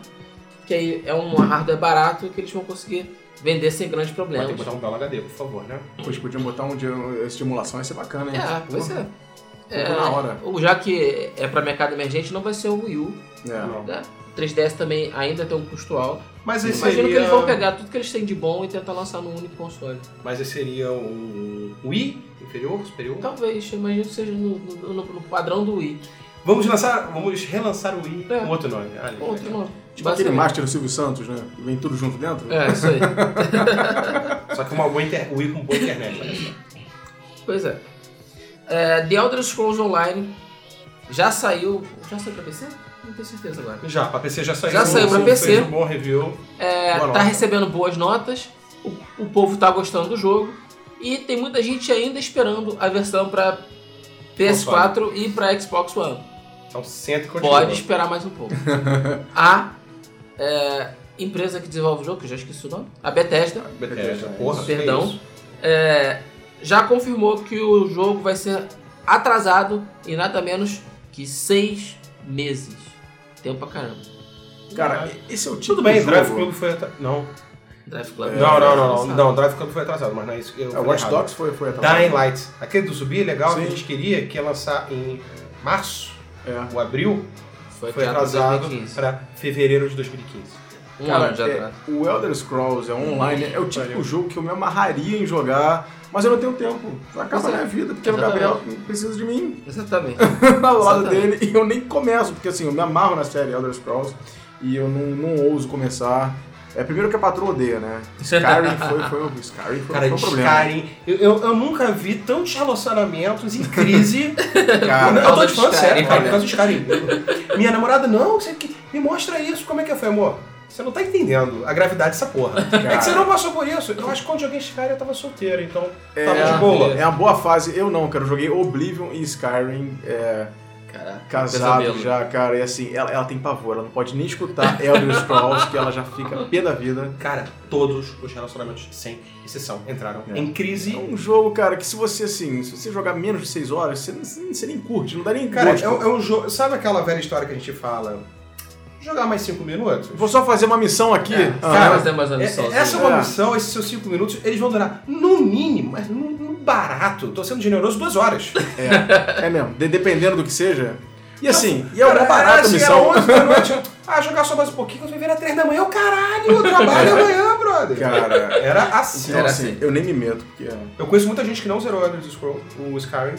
Speaker 1: Que aí é um hardware barato que eles vão conseguir vender sem grandes
Speaker 3: Vai ter que
Speaker 1: problemas.
Speaker 3: botar um belo HD, por favor, né?
Speaker 2: Pois podiam botar um de estimulação, ia ser bacana,
Speaker 3: um
Speaker 2: hein?
Speaker 1: É, pois
Speaker 2: Porra,
Speaker 1: é. É,
Speaker 2: Ficou na hora.
Speaker 1: ou já que é para mercado emergente, não vai ser o Wii U.
Speaker 2: É.
Speaker 3: Não.
Speaker 1: Né? O 3DS também ainda tem um custo alto.
Speaker 3: Mas esse é-
Speaker 1: Imagino que
Speaker 3: seria...
Speaker 1: eles vão pegar tudo que eles têm de bom e tentar lançar num único console.
Speaker 3: Mas esse seria um Wii? Inferior? Superior?
Speaker 1: Talvez, imagino que seja no, no- no padrão do Wii.
Speaker 3: Vamos lançar... Vamos relançar o Wii
Speaker 1: É.
Speaker 3: com outro nome. Ah, legal.
Speaker 1: Outro nome.
Speaker 2: Tipo aquele
Speaker 1: Basicamente.
Speaker 2: Master do Silvio Santos, né? Que Vem tudo junto dentro.
Speaker 1: É, isso aí.
Speaker 3: Só que uma boa inter... Wii com boa internet,
Speaker 1: (laughs)
Speaker 3: olha só.
Speaker 1: Pois é. é. The Elder Scrolls Online já saiu. Já saiu pra PC? Não tenho certeza agora.
Speaker 3: Já, pra PC já saiu.
Speaker 1: Já saiu pra
Speaker 3: Você
Speaker 1: PC.
Speaker 3: Fez um bom review.
Speaker 1: É,
Speaker 3: Boa
Speaker 1: tá
Speaker 3: nota.
Speaker 1: recebendo boas notas, o, o povo tá gostando do jogo e tem muita gente ainda esperando a versão pra PS4 e pra Xbox One.
Speaker 3: Então senta e continua.
Speaker 1: Pode esperar mais um pouco.
Speaker 3: (laughs)
Speaker 1: a é, empresa que desenvolve o jogo, que eu já esqueci o nome, a Bethesda,
Speaker 3: Bethesda, porra. que
Speaker 1: Perdão.
Speaker 3: né? isso?
Speaker 1: é, já confirmou que o jogo vai ser atrasado em nada menos que seis meses. Tempo pra caramba.
Speaker 2: Cara, esse é o tipo
Speaker 3: Tudo bem,
Speaker 2: de
Speaker 3: Drive
Speaker 2: jogo.
Speaker 3: Club foi atrasado. Não.
Speaker 1: Drive Club.
Speaker 3: não, não, não, não. Não, Drive Club foi atrasado, mas não é isso que eu
Speaker 2: É,
Speaker 3: falei
Speaker 2: o Watch
Speaker 3: errado.
Speaker 2: Dogs foi, foi atrás.
Speaker 3: Dying Light. Aquele do subir legal que a
Speaker 2: Sim.
Speaker 3: gente queria, que ia lançar em março
Speaker 2: É.
Speaker 3: ou abril,
Speaker 1: Foi,
Speaker 3: foi
Speaker 1: adiado pra
Speaker 3: atrasado Ah,
Speaker 1: 2015.
Speaker 3: para fevereiro de 2015.
Speaker 1: Um
Speaker 2: Cara,
Speaker 1: ano de
Speaker 2: é,
Speaker 1: atraso.
Speaker 2: o Elder Scrolls é online, é o tipo
Speaker 3: Valeu.
Speaker 2: de jogo que eu me amarraria em jogar, mas eu não tenho tempo. Acaba
Speaker 1: Pois é.
Speaker 2: minha vida, porque o
Speaker 1: Exatamente.
Speaker 2: Gabriel precisa de mim. (laughs)
Speaker 1: (laughs) Exatamente.
Speaker 2: ao lado
Speaker 1: Exatamente.
Speaker 2: dele e eu nem começo, porque assim, eu me amarro na série Elder Scrolls e eu não, não ouso começar. É primeiro que a patroa odeia, né?
Speaker 1: é
Speaker 2: Skyrim foi, foi, o- Skyrim foi,
Speaker 3: Cara,
Speaker 2: foi um
Speaker 3: de
Speaker 2: problema.
Speaker 3: Karen, eu, eu, eu nunca vi tantos relacionamentos em
Speaker 2: (laughs)
Speaker 3: crise.
Speaker 2: Cara,
Speaker 3: eu tô
Speaker 1: causa
Speaker 3: te
Speaker 1: de
Speaker 2: tá,
Speaker 3: falando sério,
Speaker 1: Skyrim,
Speaker 3: cara, por
Speaker 1: né?
Speaker 3: causa de Skyrim. Eu- Minha namorada, não, você que- me mostra isso, como é que eu foi, amor? Você não tá entendendo a gravidade dessa porra. É
Speaker 2: Cara.
Speaker 3: que você não passou por isso. Eu acho que quando joguei Skyrim eu tava solteiro, então
Speaker 2: é,
Speaker 3: tava de boa.
Speaker 2: é uma boa fase. Eu não, cara, eu joguei Oblivion e Skyrim é,
Speaker 1: Caraca.
Speaker 2: casado
Speaker 1: pesadelo.
Speaker 2: já, cara. E assim, ela, ela tem pavor, ela não pode nem escutar Elder Scrolls, que ela já fica pé da vida.
Speaker 3: Cara, todos os relacionamentos, sem exceção, entraram
Speaker 2: É.
Speaker 3: em crise.
Speaker 2: É um jogo, cara, que se você, assim, se você jogar menos de 6 horas, você, não- você nem curte, não dá nem
Speaker 3: Cara,
Speaker 2: gosto.
Speaker 3: é, um- é um jogo. Sabe aquela velha história que a gente fala? Jogar mais cinco minutos?
Speaker 2: Vou só fazer uma missão aqui.
Speaker 1: É,
Speaker 2: Ah,
Speaker 1: Cara, fazer mais uma
Speaker 3: É-
Speaker 1: missãozinha.
Speaker 3: essa é uma
Speaker 2: É.
Speaker 3: missão, esses seus cinco minutos, eles vão durar, no mínimo, mas no, no barato, tô sendo generoso, duas horas.
Speaker 2: É, é mesmo. De- dependendo do que seja. E assim, e é
Speaker 3: Cara,
Speaker 2: uma barata
Speaker 3: ah, se
Speaker 2: missão.
Speaker 3: Era 11 da noite, ah, jogar só mais um pouquinho, quando você virar três da manhã, eu caralho, eu trabalho amanhã, brother.
Speaker 2: Cara,
Speaker 3: Era assim.
Speaker 2: então
Speaker 1: Era
Speaker 2: assim,
Speaker 1: assim.
Speaker 2: eu nem me meto, porque é.
Speaker 3: Eu conheço muita gente que não zerou Elder Scrolls, o Skyrim,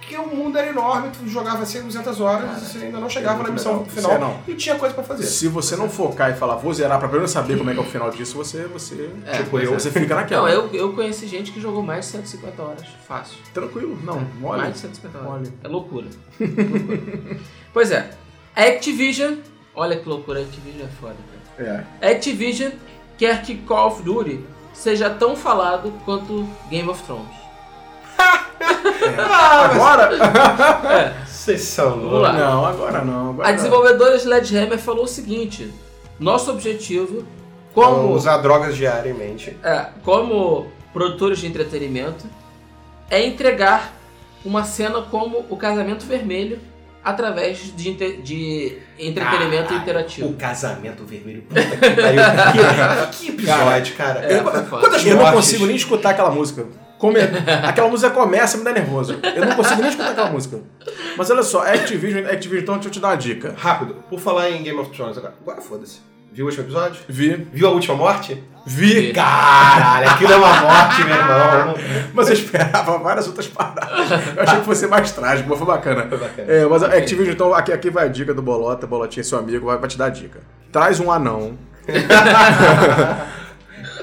Speaker 3: que o mundo era enorme, tu jogava 100, 200 horas, e você ainda não chegava
Speaker 2: muito
Speaker 3: na missão
Speaker 2: legal.
Speaker 3: final,
Speaker 2: Isso é não.
Speaker 3: e tinha coisa pra fazer.
Speaker 2: se você não focar e falar, vou zerar pra pelo menos saber como é que é o final disso, você. Você,
Speaker 1: É,
Speaker 2: tipo,
Speaker 1: pois
Speaker 2: eu,
Speaker 1: é.
Speaker 2: você fica naquela.
Speaker 1: Não, eu, eu conheci gente que jogou mais de 150 horas. Fácil.
Speaker 2: Tranquilo, não,
Speaker 1: Mais
Speaker 2: olha.
Speaker 1: de 150 horas.
Speaker 2: Olha.
Speaker 1: É loucura. (laughs) Loucura. pois é. A Activision. Olha que loucura, a Activision é foda, cara.
Speaker 2: É.
Speaker 1: A Activision quer que Call of Duty seja tão falado quanto Game of
Speaker 3: (laughs)
Speaker 1: Thrones.
Speaker 2: Agora?
Speaker 1: É,
Speaker 3: Vocês são
Speaker 1: Ah, Vamos lá.
Speaker 2: Não, agora não. Agora
Speaker 1: A
Speaker 2: não.
Speaker 1: desenvolvedora Sledgehammer falou o seguinte: nosso objetivo,
Speaker 3: Como
Speaker 1: como
Speaker 3: Então, usar drogas diariamente.
Speaker 1: é, como produtores de entretenimento, é entregar uma cena como o Casamento Vermelho através de, inte- de entretenimento
Speaker 3: Caralho,
Speaker 1: interativo.
Speaker 3: O casamento vermelho. Puta (laughs) que pariu. Que, que episódio, cara.
Speaker 1: É,
Speaker 3: Eu-
Speaker 1: foi foda.
Speaker 3: quantas
Speaker 2: Eu não
Speaker 3: mortes?
Speaker 2: consigo nem escutar aquela música. Come- Aquela música começa e me dá nervoso. Eu não consigo nem escutar aquela música. Mas olha só, Activision, Activision, então deixa eu te dar uma dica.
Speaker 3: Rápido, por falar em Game of Thrones agora. Agora foda-se. Viu o último episódio?
Speaker 2: Vi.
Speaker 3: Viu a última morte?
Speaker 2: Vi.
Speaker 1: Vi.
Speaker 3: Caralho, aquilo é uma morte, meu irmão.
Speaker 2: Mas eu esperava várias outras paradas. Eu achei que fosse mais trágico, mas foi bacana.
Speaker 3: Foi bacana.
Speaker 2: É, mas a Activision, então, aqui, aqui vai a dica do Bolota. Bolotinha, é seu amigo, vai, vai te dar a dica. Traz um anão.
Speaker 3: Bota o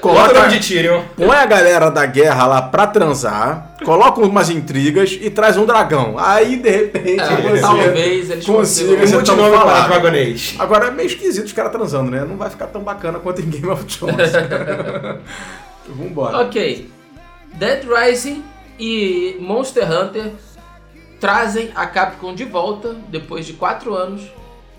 Speaker 2: (laughs) Coloca,
Speaker 3: nome de Tyrion.
Speaker 2: põe a galera da guerra lá pra transar, coloca umas intrigas e traz um dragão. Aí, de repente,
Speaker 1: Ah,
Speaker 2: você-
Speaker 1: talvez eles
Speaker 2: consiga
Speaker 1: consigam-
Speaker 2: esse
Speaker 3: Mude é
Speaker 2: tão
Speaker 3: o nome para
Speaker 2: falado.
Speaker 3: Dragonês.
Speaker 2: Agora é meio esquisito os caras transando, né? Não vai ficar tão bacana quanto em Game of Thrones. (laughs) Vambora.
Speaker 1: Ok. Dead Rising e Monster Hunter trazem a Capcom de volta, depois de 4 anos,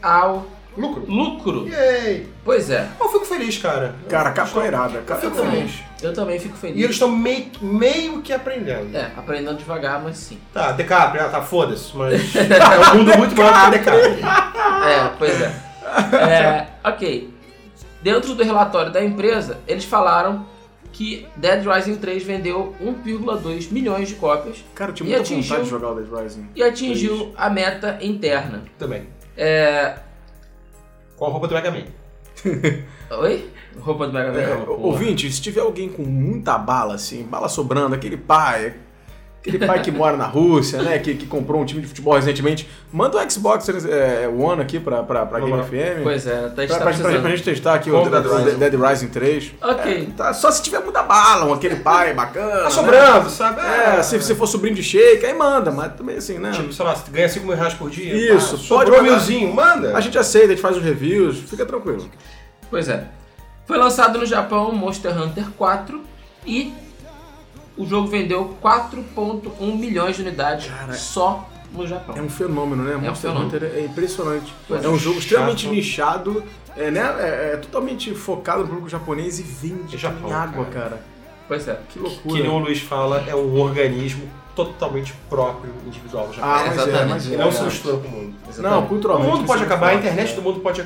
Speaker 1: ao
Speaker 3: Lucro.
Speaker 1: lucro.
Speaker 3: Yay.
Speaker 1: Pois é.
Speaker 3: Eu fico feliz, cara.
Speaker 2: Cara, Capcom é irada. Cara,
Speaker 3: fico
Speaker 1: Eu também, eu também fico feliz.
Speaker 3: E eles estão meio, meio que aprendendo.
Speaker 1: É, aprendendo devagar, mas sim.
Speaker 3: Tá, DiCaprio, ah, tá, foda-se, mas é um mundo muito maior que o DiCaprio.
Speaker 1: É, pois é. É, ok. Dentro do relatório da empresa, eles falaram que Dead Rising 3 vendeu 1,2 milhões de cópias
Speaker 2: Cara, eu tinha
Speaker 1: E
Speaker 2: muita
Speaker 1: atingiu-
Speaker 2: vontade de jogar o Dead Rising.
Speaker 1: e atingiu a meta interna.
Speaker 3: Também. É... Com a roupa do Mega Man.
Speaker 1: Oi? Roupa do Mega Man.
Speaker 2: É, ouvinte, se tiver alguém com muita bala, assim, bala sobrando, aquele pai, aquele pai que mora na Rússia, né, que, que comprou um time de futebol recentemente, manda o Xbox é, One aqui pra, pra, pra Game
Speaker 3: Vamos lá.
Speaker 2: FM.
Speaker 1: Pois é, tá
Speaker 2: Pra,
Speaker 1: está
Speaker 2: pra- pra- pra
Speaker 1: precisando.
Speaker 2: gente testar aqui o
Speaker 3: Compra
Speaker 2: Dead,
Speaker 3: Dead Rising.
Speaker 2: Dead Rising 3.
Speaker 1: Ok.
Speaker 2: É, tá, só se tiver muita bala, um aquele pai bacana.
Speaker 3: Tá
Speaker 2: né?
Speaker 3: sobrando, sabe? Ah,
Speaker 2: É, se você for sobrinho de shake, aí manda, mas também assim, né?
Speaker 3: Tipo, sei lá, você ganha 5 mil reais por dia.
Speaker 2: Isso,
Speaker 3: ah,
Speaker 2: pode
Speaker 3: sobrou
Speaker 2: mandar.
Speaker 3: milzinho, manda.
Speaker 2: A gente aceita, a gente faz os reviews, fica tranquilo.
Speaker 1: Pois é. Foi lançado no Japão Monster Hunter 4 e o jogo vendeu 4,1 milhões de unidades
Speaker 2: Cara,
Speaker 1: só no Japão.
Speaker 2: É um fenômeno, né? Monster
Speaker 1: fenômeno.
Speaker 2: Hunter é impressionante.
Speaker 1: Pois
Speaker 2: é um
Speaker 3: é.
Speaker 2: jogo extremamente
Speaker 3: Chato.
Speaker 2: nichado, é, né? É, é totalmente focado no público japonês e vende
Speaker 3: É Japão,
Speaker 2: em água, cara.
Speaker 3: cara.
Speaker 1: Pois é.
Speaker 2: Que
Speaker 3: Que
Speaker 2: loucura.
Speaker 3: nem o Luiz fala, é um organismo totalmente próprio, individual. Já.
Speaker 2: Ah, mas é,
Speaker 1: Exatamente.
Speaker 2: mas é.
Speaker 3: e não se
Speaker 2: cara.
Speaker 3: mistura com o um mundo.
Speaker 2: Não,
Speaker 3: O
Speaker 2: culturalmente.
Speaker 3: mundo
Speaker 1: assim,
Speaker 2: isso
Speaker 3: pode
Speaker 2: é
Speaker 3: acabar, a
Speaker 2: fato,
Speaker 3: internet
Speaker 2: é.
Speaker 3: do mundo pode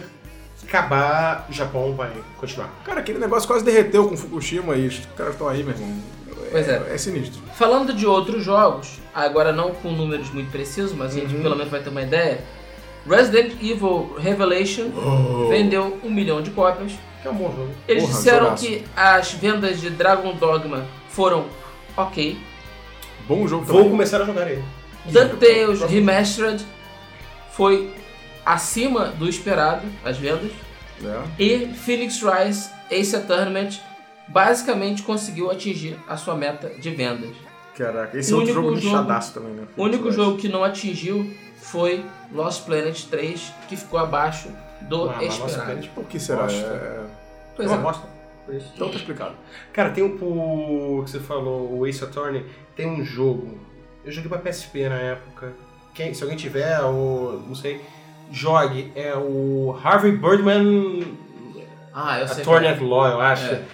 Speaker 3: acabar, o Japão vai continuar.
Speaker 2: né? Cara, aquele negócio quase derreteu com Fukushima e os caras estão aí, meu irmão.
Speaker 1: Pois é.
Speaker 2: É sinistro.
Speaker 1: Falando de outros jogos, agora não com números muito precisos, mas a gente
Speaker 2: Uhum.
Speaker 1: pelo menos vai ter uma ideia. Resident Evil Revelation vendeu um milhão de cópias.
Speaker 3: Que amor, jogo.
Speaker 1: Eles
Speaker 2: Oh. Porra,
Speaker 1: disseram
Speaker 2: jogaço.
Speaker 1: que as vendas de Dragon Dogma foram ok.
Speaker 2: Bom jogo
Speaker 3: Vou
Speaker 2: também.
Speaker 3: começar a jogar ele.
Speaker 1: DuckTales Remastered foi acima do esperado, as vendas.
Speaker 2: É.
Speaker 1: E Phoenix Rise Ace Tournament basicamente conseguiu atingir a sua meta de vendas.
Speaker 2: Caraca, esse é outro
Speaker 1: Único
Speaker 2: jogo
Speaker 1: jogo-
Speaker 2: nichadaço também, né?
Speaker 1: O único jogo que não atingiu foi Lost Planet 3, que ficou abaixo do
Speaker 3: Ah, mas nossa,
Speaker 1: esperado.
Speaker 3: cara, tipo,
Speaker 2: Por que será?
Speaker 3: Bosta.
Speaker 2: É,
Speaker 1: Pois
Speaker 3: é
Speaker 1: é.
Speaker 3: uma bosta. Isso.
Speaker 2: Então tá explicado.
Speaker 3: Cara, tem um o que você falou, o Ace Attorney, tem um jogo. Eu joguei pra PSP na época. Quem, se alguém tiver, ou não sei, jogue. É o Harvey Birdman
Speaker 1: Ah, eu sei.
Speaker 3: Attorney at Law, eu acho.
Speaker 1: É. Esse é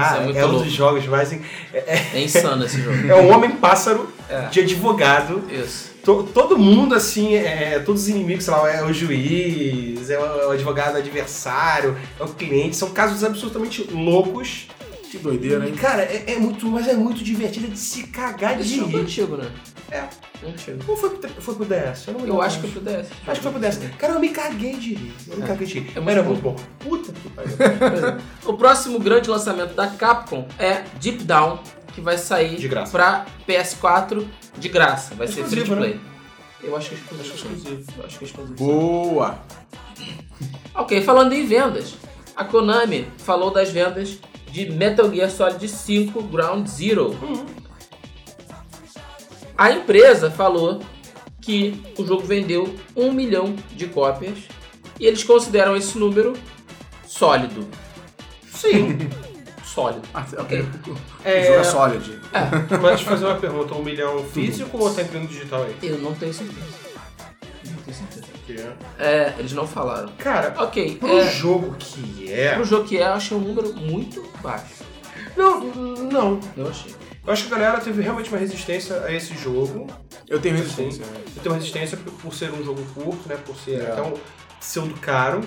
Speaker 3: Cara,
Speaker 1: muito
Speaker 3: é, um
Speaker 1: louco.
Speaker 3: dos jogos mais. en-
Speaker 1: É insano esse
Speaker 3: (laughs)
Speaker 1: jogo.
Speaker 3: É um homem pássaro
Speaker 1: É.
Speaker 3: de advogado.
Speaker 1: Isso.
Speaker 3: To- todo mundo, assim, é, todos os inimigos, sei lá, é o juiz, é o, é o advogado adversário, é o cliente. São casos absolutamente loucos.
Speaker 2: Que
Speaker 1: né?
Speaker 2: doideira, hein?
Speaker 3: E, cara, é, é muito, mas é muito divertido de se cagar de
Speaker 1: Esse jogo é
Speaker 3: rir.
Speaker 1: antigo, né?
Speaker 3: É.
Speaker 1: Antigo.
Speaker 3: Ou foi, pro- foi pro DS? Eu, não me
Speaker 1: Eu
Speaker 3: lembro
Speaker 1: acho que
Speaker 3: mais.
Speaker 1: eu pudesse.
Speaker 3: Acho que foi pro DS. Cara, eu me caguei de rir. Eu me
Speaker 1: É.
Speaker 3: caguei de rir.
Speaker 1: É muito
Speaker 3: Era
Speaker 1: bom.
Speaker 3: muito bom. Puta
Speaker 1: (laughs)
Speaker 3: que pariu.
Speaker 1: O próximo grande lançamento da Capcom é Deep Down, que vai sair
Speaker 3: De graça.
Speaker 1: pra PS4 de graça. Vai ser free
Speaker 3: Exclusivo,
Speaker 1: to play. Eu né? acho que é exclusivo. Eu acho que é exclusivo.
Speaker 2: Boa!
Speaker 1: Ok, falando em vendas, a Konami falou das vendas de Metal Gear Solid 5 Ground Zero. A empresa falou que o jogo vendeu 1 milhão de cópias e eles consideram esse número sólido.
Speaker 3: Sim.
Speaker 1: (laughs) Sólido. Ok.
Speaker 2: Ah, O jogo é Solid.
Speaker 3: Mas deixa eu fazer uma pergunta. Um milhão físico ou tá incluindo digital aí?
Speaker 1: Eu não tenho certeza. Não tenho certeza.
Speaker 3: Que é-
Speaker 1: É, eles não falaram.
Speaker 3: Cara,
Speaker 1: Ok,
Speaker 3: pro
Speaker 1: é,
Speaker 3: jogo que é...
Speaker 1: pro jogo que é, eu achei um número muito baixo.
Speaker 3: Não, não.
Speaker 1: Eu achei.
Speaker 3: Eu acho que a galera teve realmente uma resistência a esse jogo.
Speaker 2: Eu tenho
Speaker 3: Sim.
Speaker 2: resistência. né?
Speaker 3: Eu tenho resistência por, por ser um jogo curto, né? Por ser
Speaker 2: É.
Speaker 3: até um pseudo caro.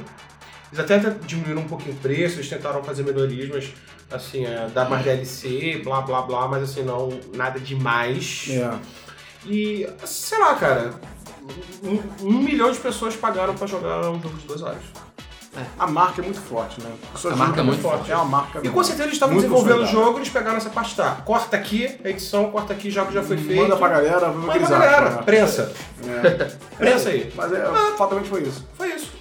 Speaker 3: Eles até até diminuíram um pouquinho o preço, eles tentaram fazer melhorias, mas assim, é, dar
Speaker 2: Hum.
Speaker 3: mais DLC, blá blá blá, mas assim, não, nada demais.
Speaker 2: É.
Speaker 3: E, sei lá, cara, um, um milhão de pessoas pagaram pra jogar um jogo de duas horas.
Speaker 2: A marca é muito forte, né? Só
Speaker 1: A
Speaker 2: jogo
Speaker 1: marca é muito
Speaker 3: forte.
Speaker 2: É uma marca
Speaker 3: E com certeza eles estavam
Speaker 2: Muito
Speaker 3: desenvolvendo o
Speaker 2: consolidado.
Speaker 3: jogo, eles pegaram essa parte, tá, corta aqui a edição, corta aqui já que já foi feito.
Speaker 2: Manda pra né? galera, vamos
Speaker 3: Manda pra galera, prensa.
Speaker 2: É.
Speaker 3: Prensa aí.
Speaker 2: Mas é,
Speaker 3: (laughs)
Speaker 2: fatalmente foi isso.
Speaker 3: Foi isso.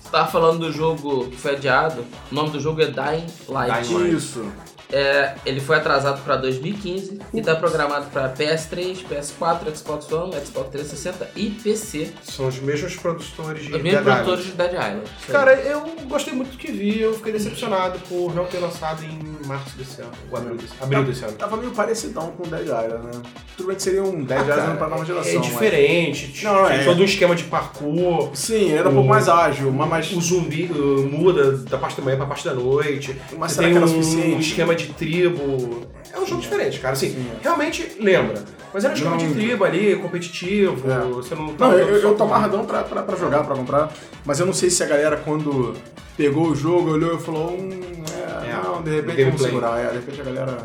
Speaker 1: Você tava falando do jogo que foi adiado. O nome do jogo é Dying Light.
Speaker 3: Dying Light.
Speaker 2: Isso.
Speaker 1: É, ele foi atrasado pra 2015 e tá programado pra PS3, PS4, Xbox One, Xbox 360 e PC.
Speaker 3: São os mesmos produtores de
Speaker 1: Os mesmos
Speaker 3: Dead
Speaker 1: produtores
Speaker 3: Island.
Speaker 1: de Dead Island. Isso aí.
Speaker 3: Cara, eu gostei muito do que vi, eu fiquei decepcionado por não ter lançado em março desse ano, ou abril desse, abril desse ano.
Speaker 2: Tava meio parecidão com o Dead Island, né? Tudo bem que seria um Dead Island pra nova geração.
Speaker 3: é
Speaker 2: mas-
Speaker 3: diferente, tinha
Speaker 2: Não, é.
Speaker 3: todo um esquema de parkour,
Speaker 2: Sim, era um pouco mais ágil, mas mais
Speaker 3: o zumbi uh, muda da parte da manhã pra parte da noite.
Speaker 2: Mas
Speaker 3: Você
Speaker 2: será que
Speaker 3: tem
Speaker 2: era
Speaker 3: um,
Speaker 2: suficiente?
Speaker 3: um esquema de tribo. É um jogo diferente, cara. Assim,
Speaker 2: Sim. é.
Speaker 3: realmente lembra. Mas era um esquema de
Speaker 2: Não.
Speaker 3: tribo ali, competitivo.
Speaker 2: É.
Speaker 3: Você não
Speaker 2: Não,
Speaker 3: tava
Speaker 2: eu, eu,
Speaker 3: só
Speaker 2: eu
Speaker 3: com-
Speaker 2: tô amarradão pra, pra, pra jogar, pra comprar, mas eu não sei se a galera quando pegou o jogo, olhou e falou, hum, é,
Speaker 3: É,
Speaker 2: não, de repente
Speaker 3: gameplay.
Speaker 2: vamos segurar, é, de repente a galera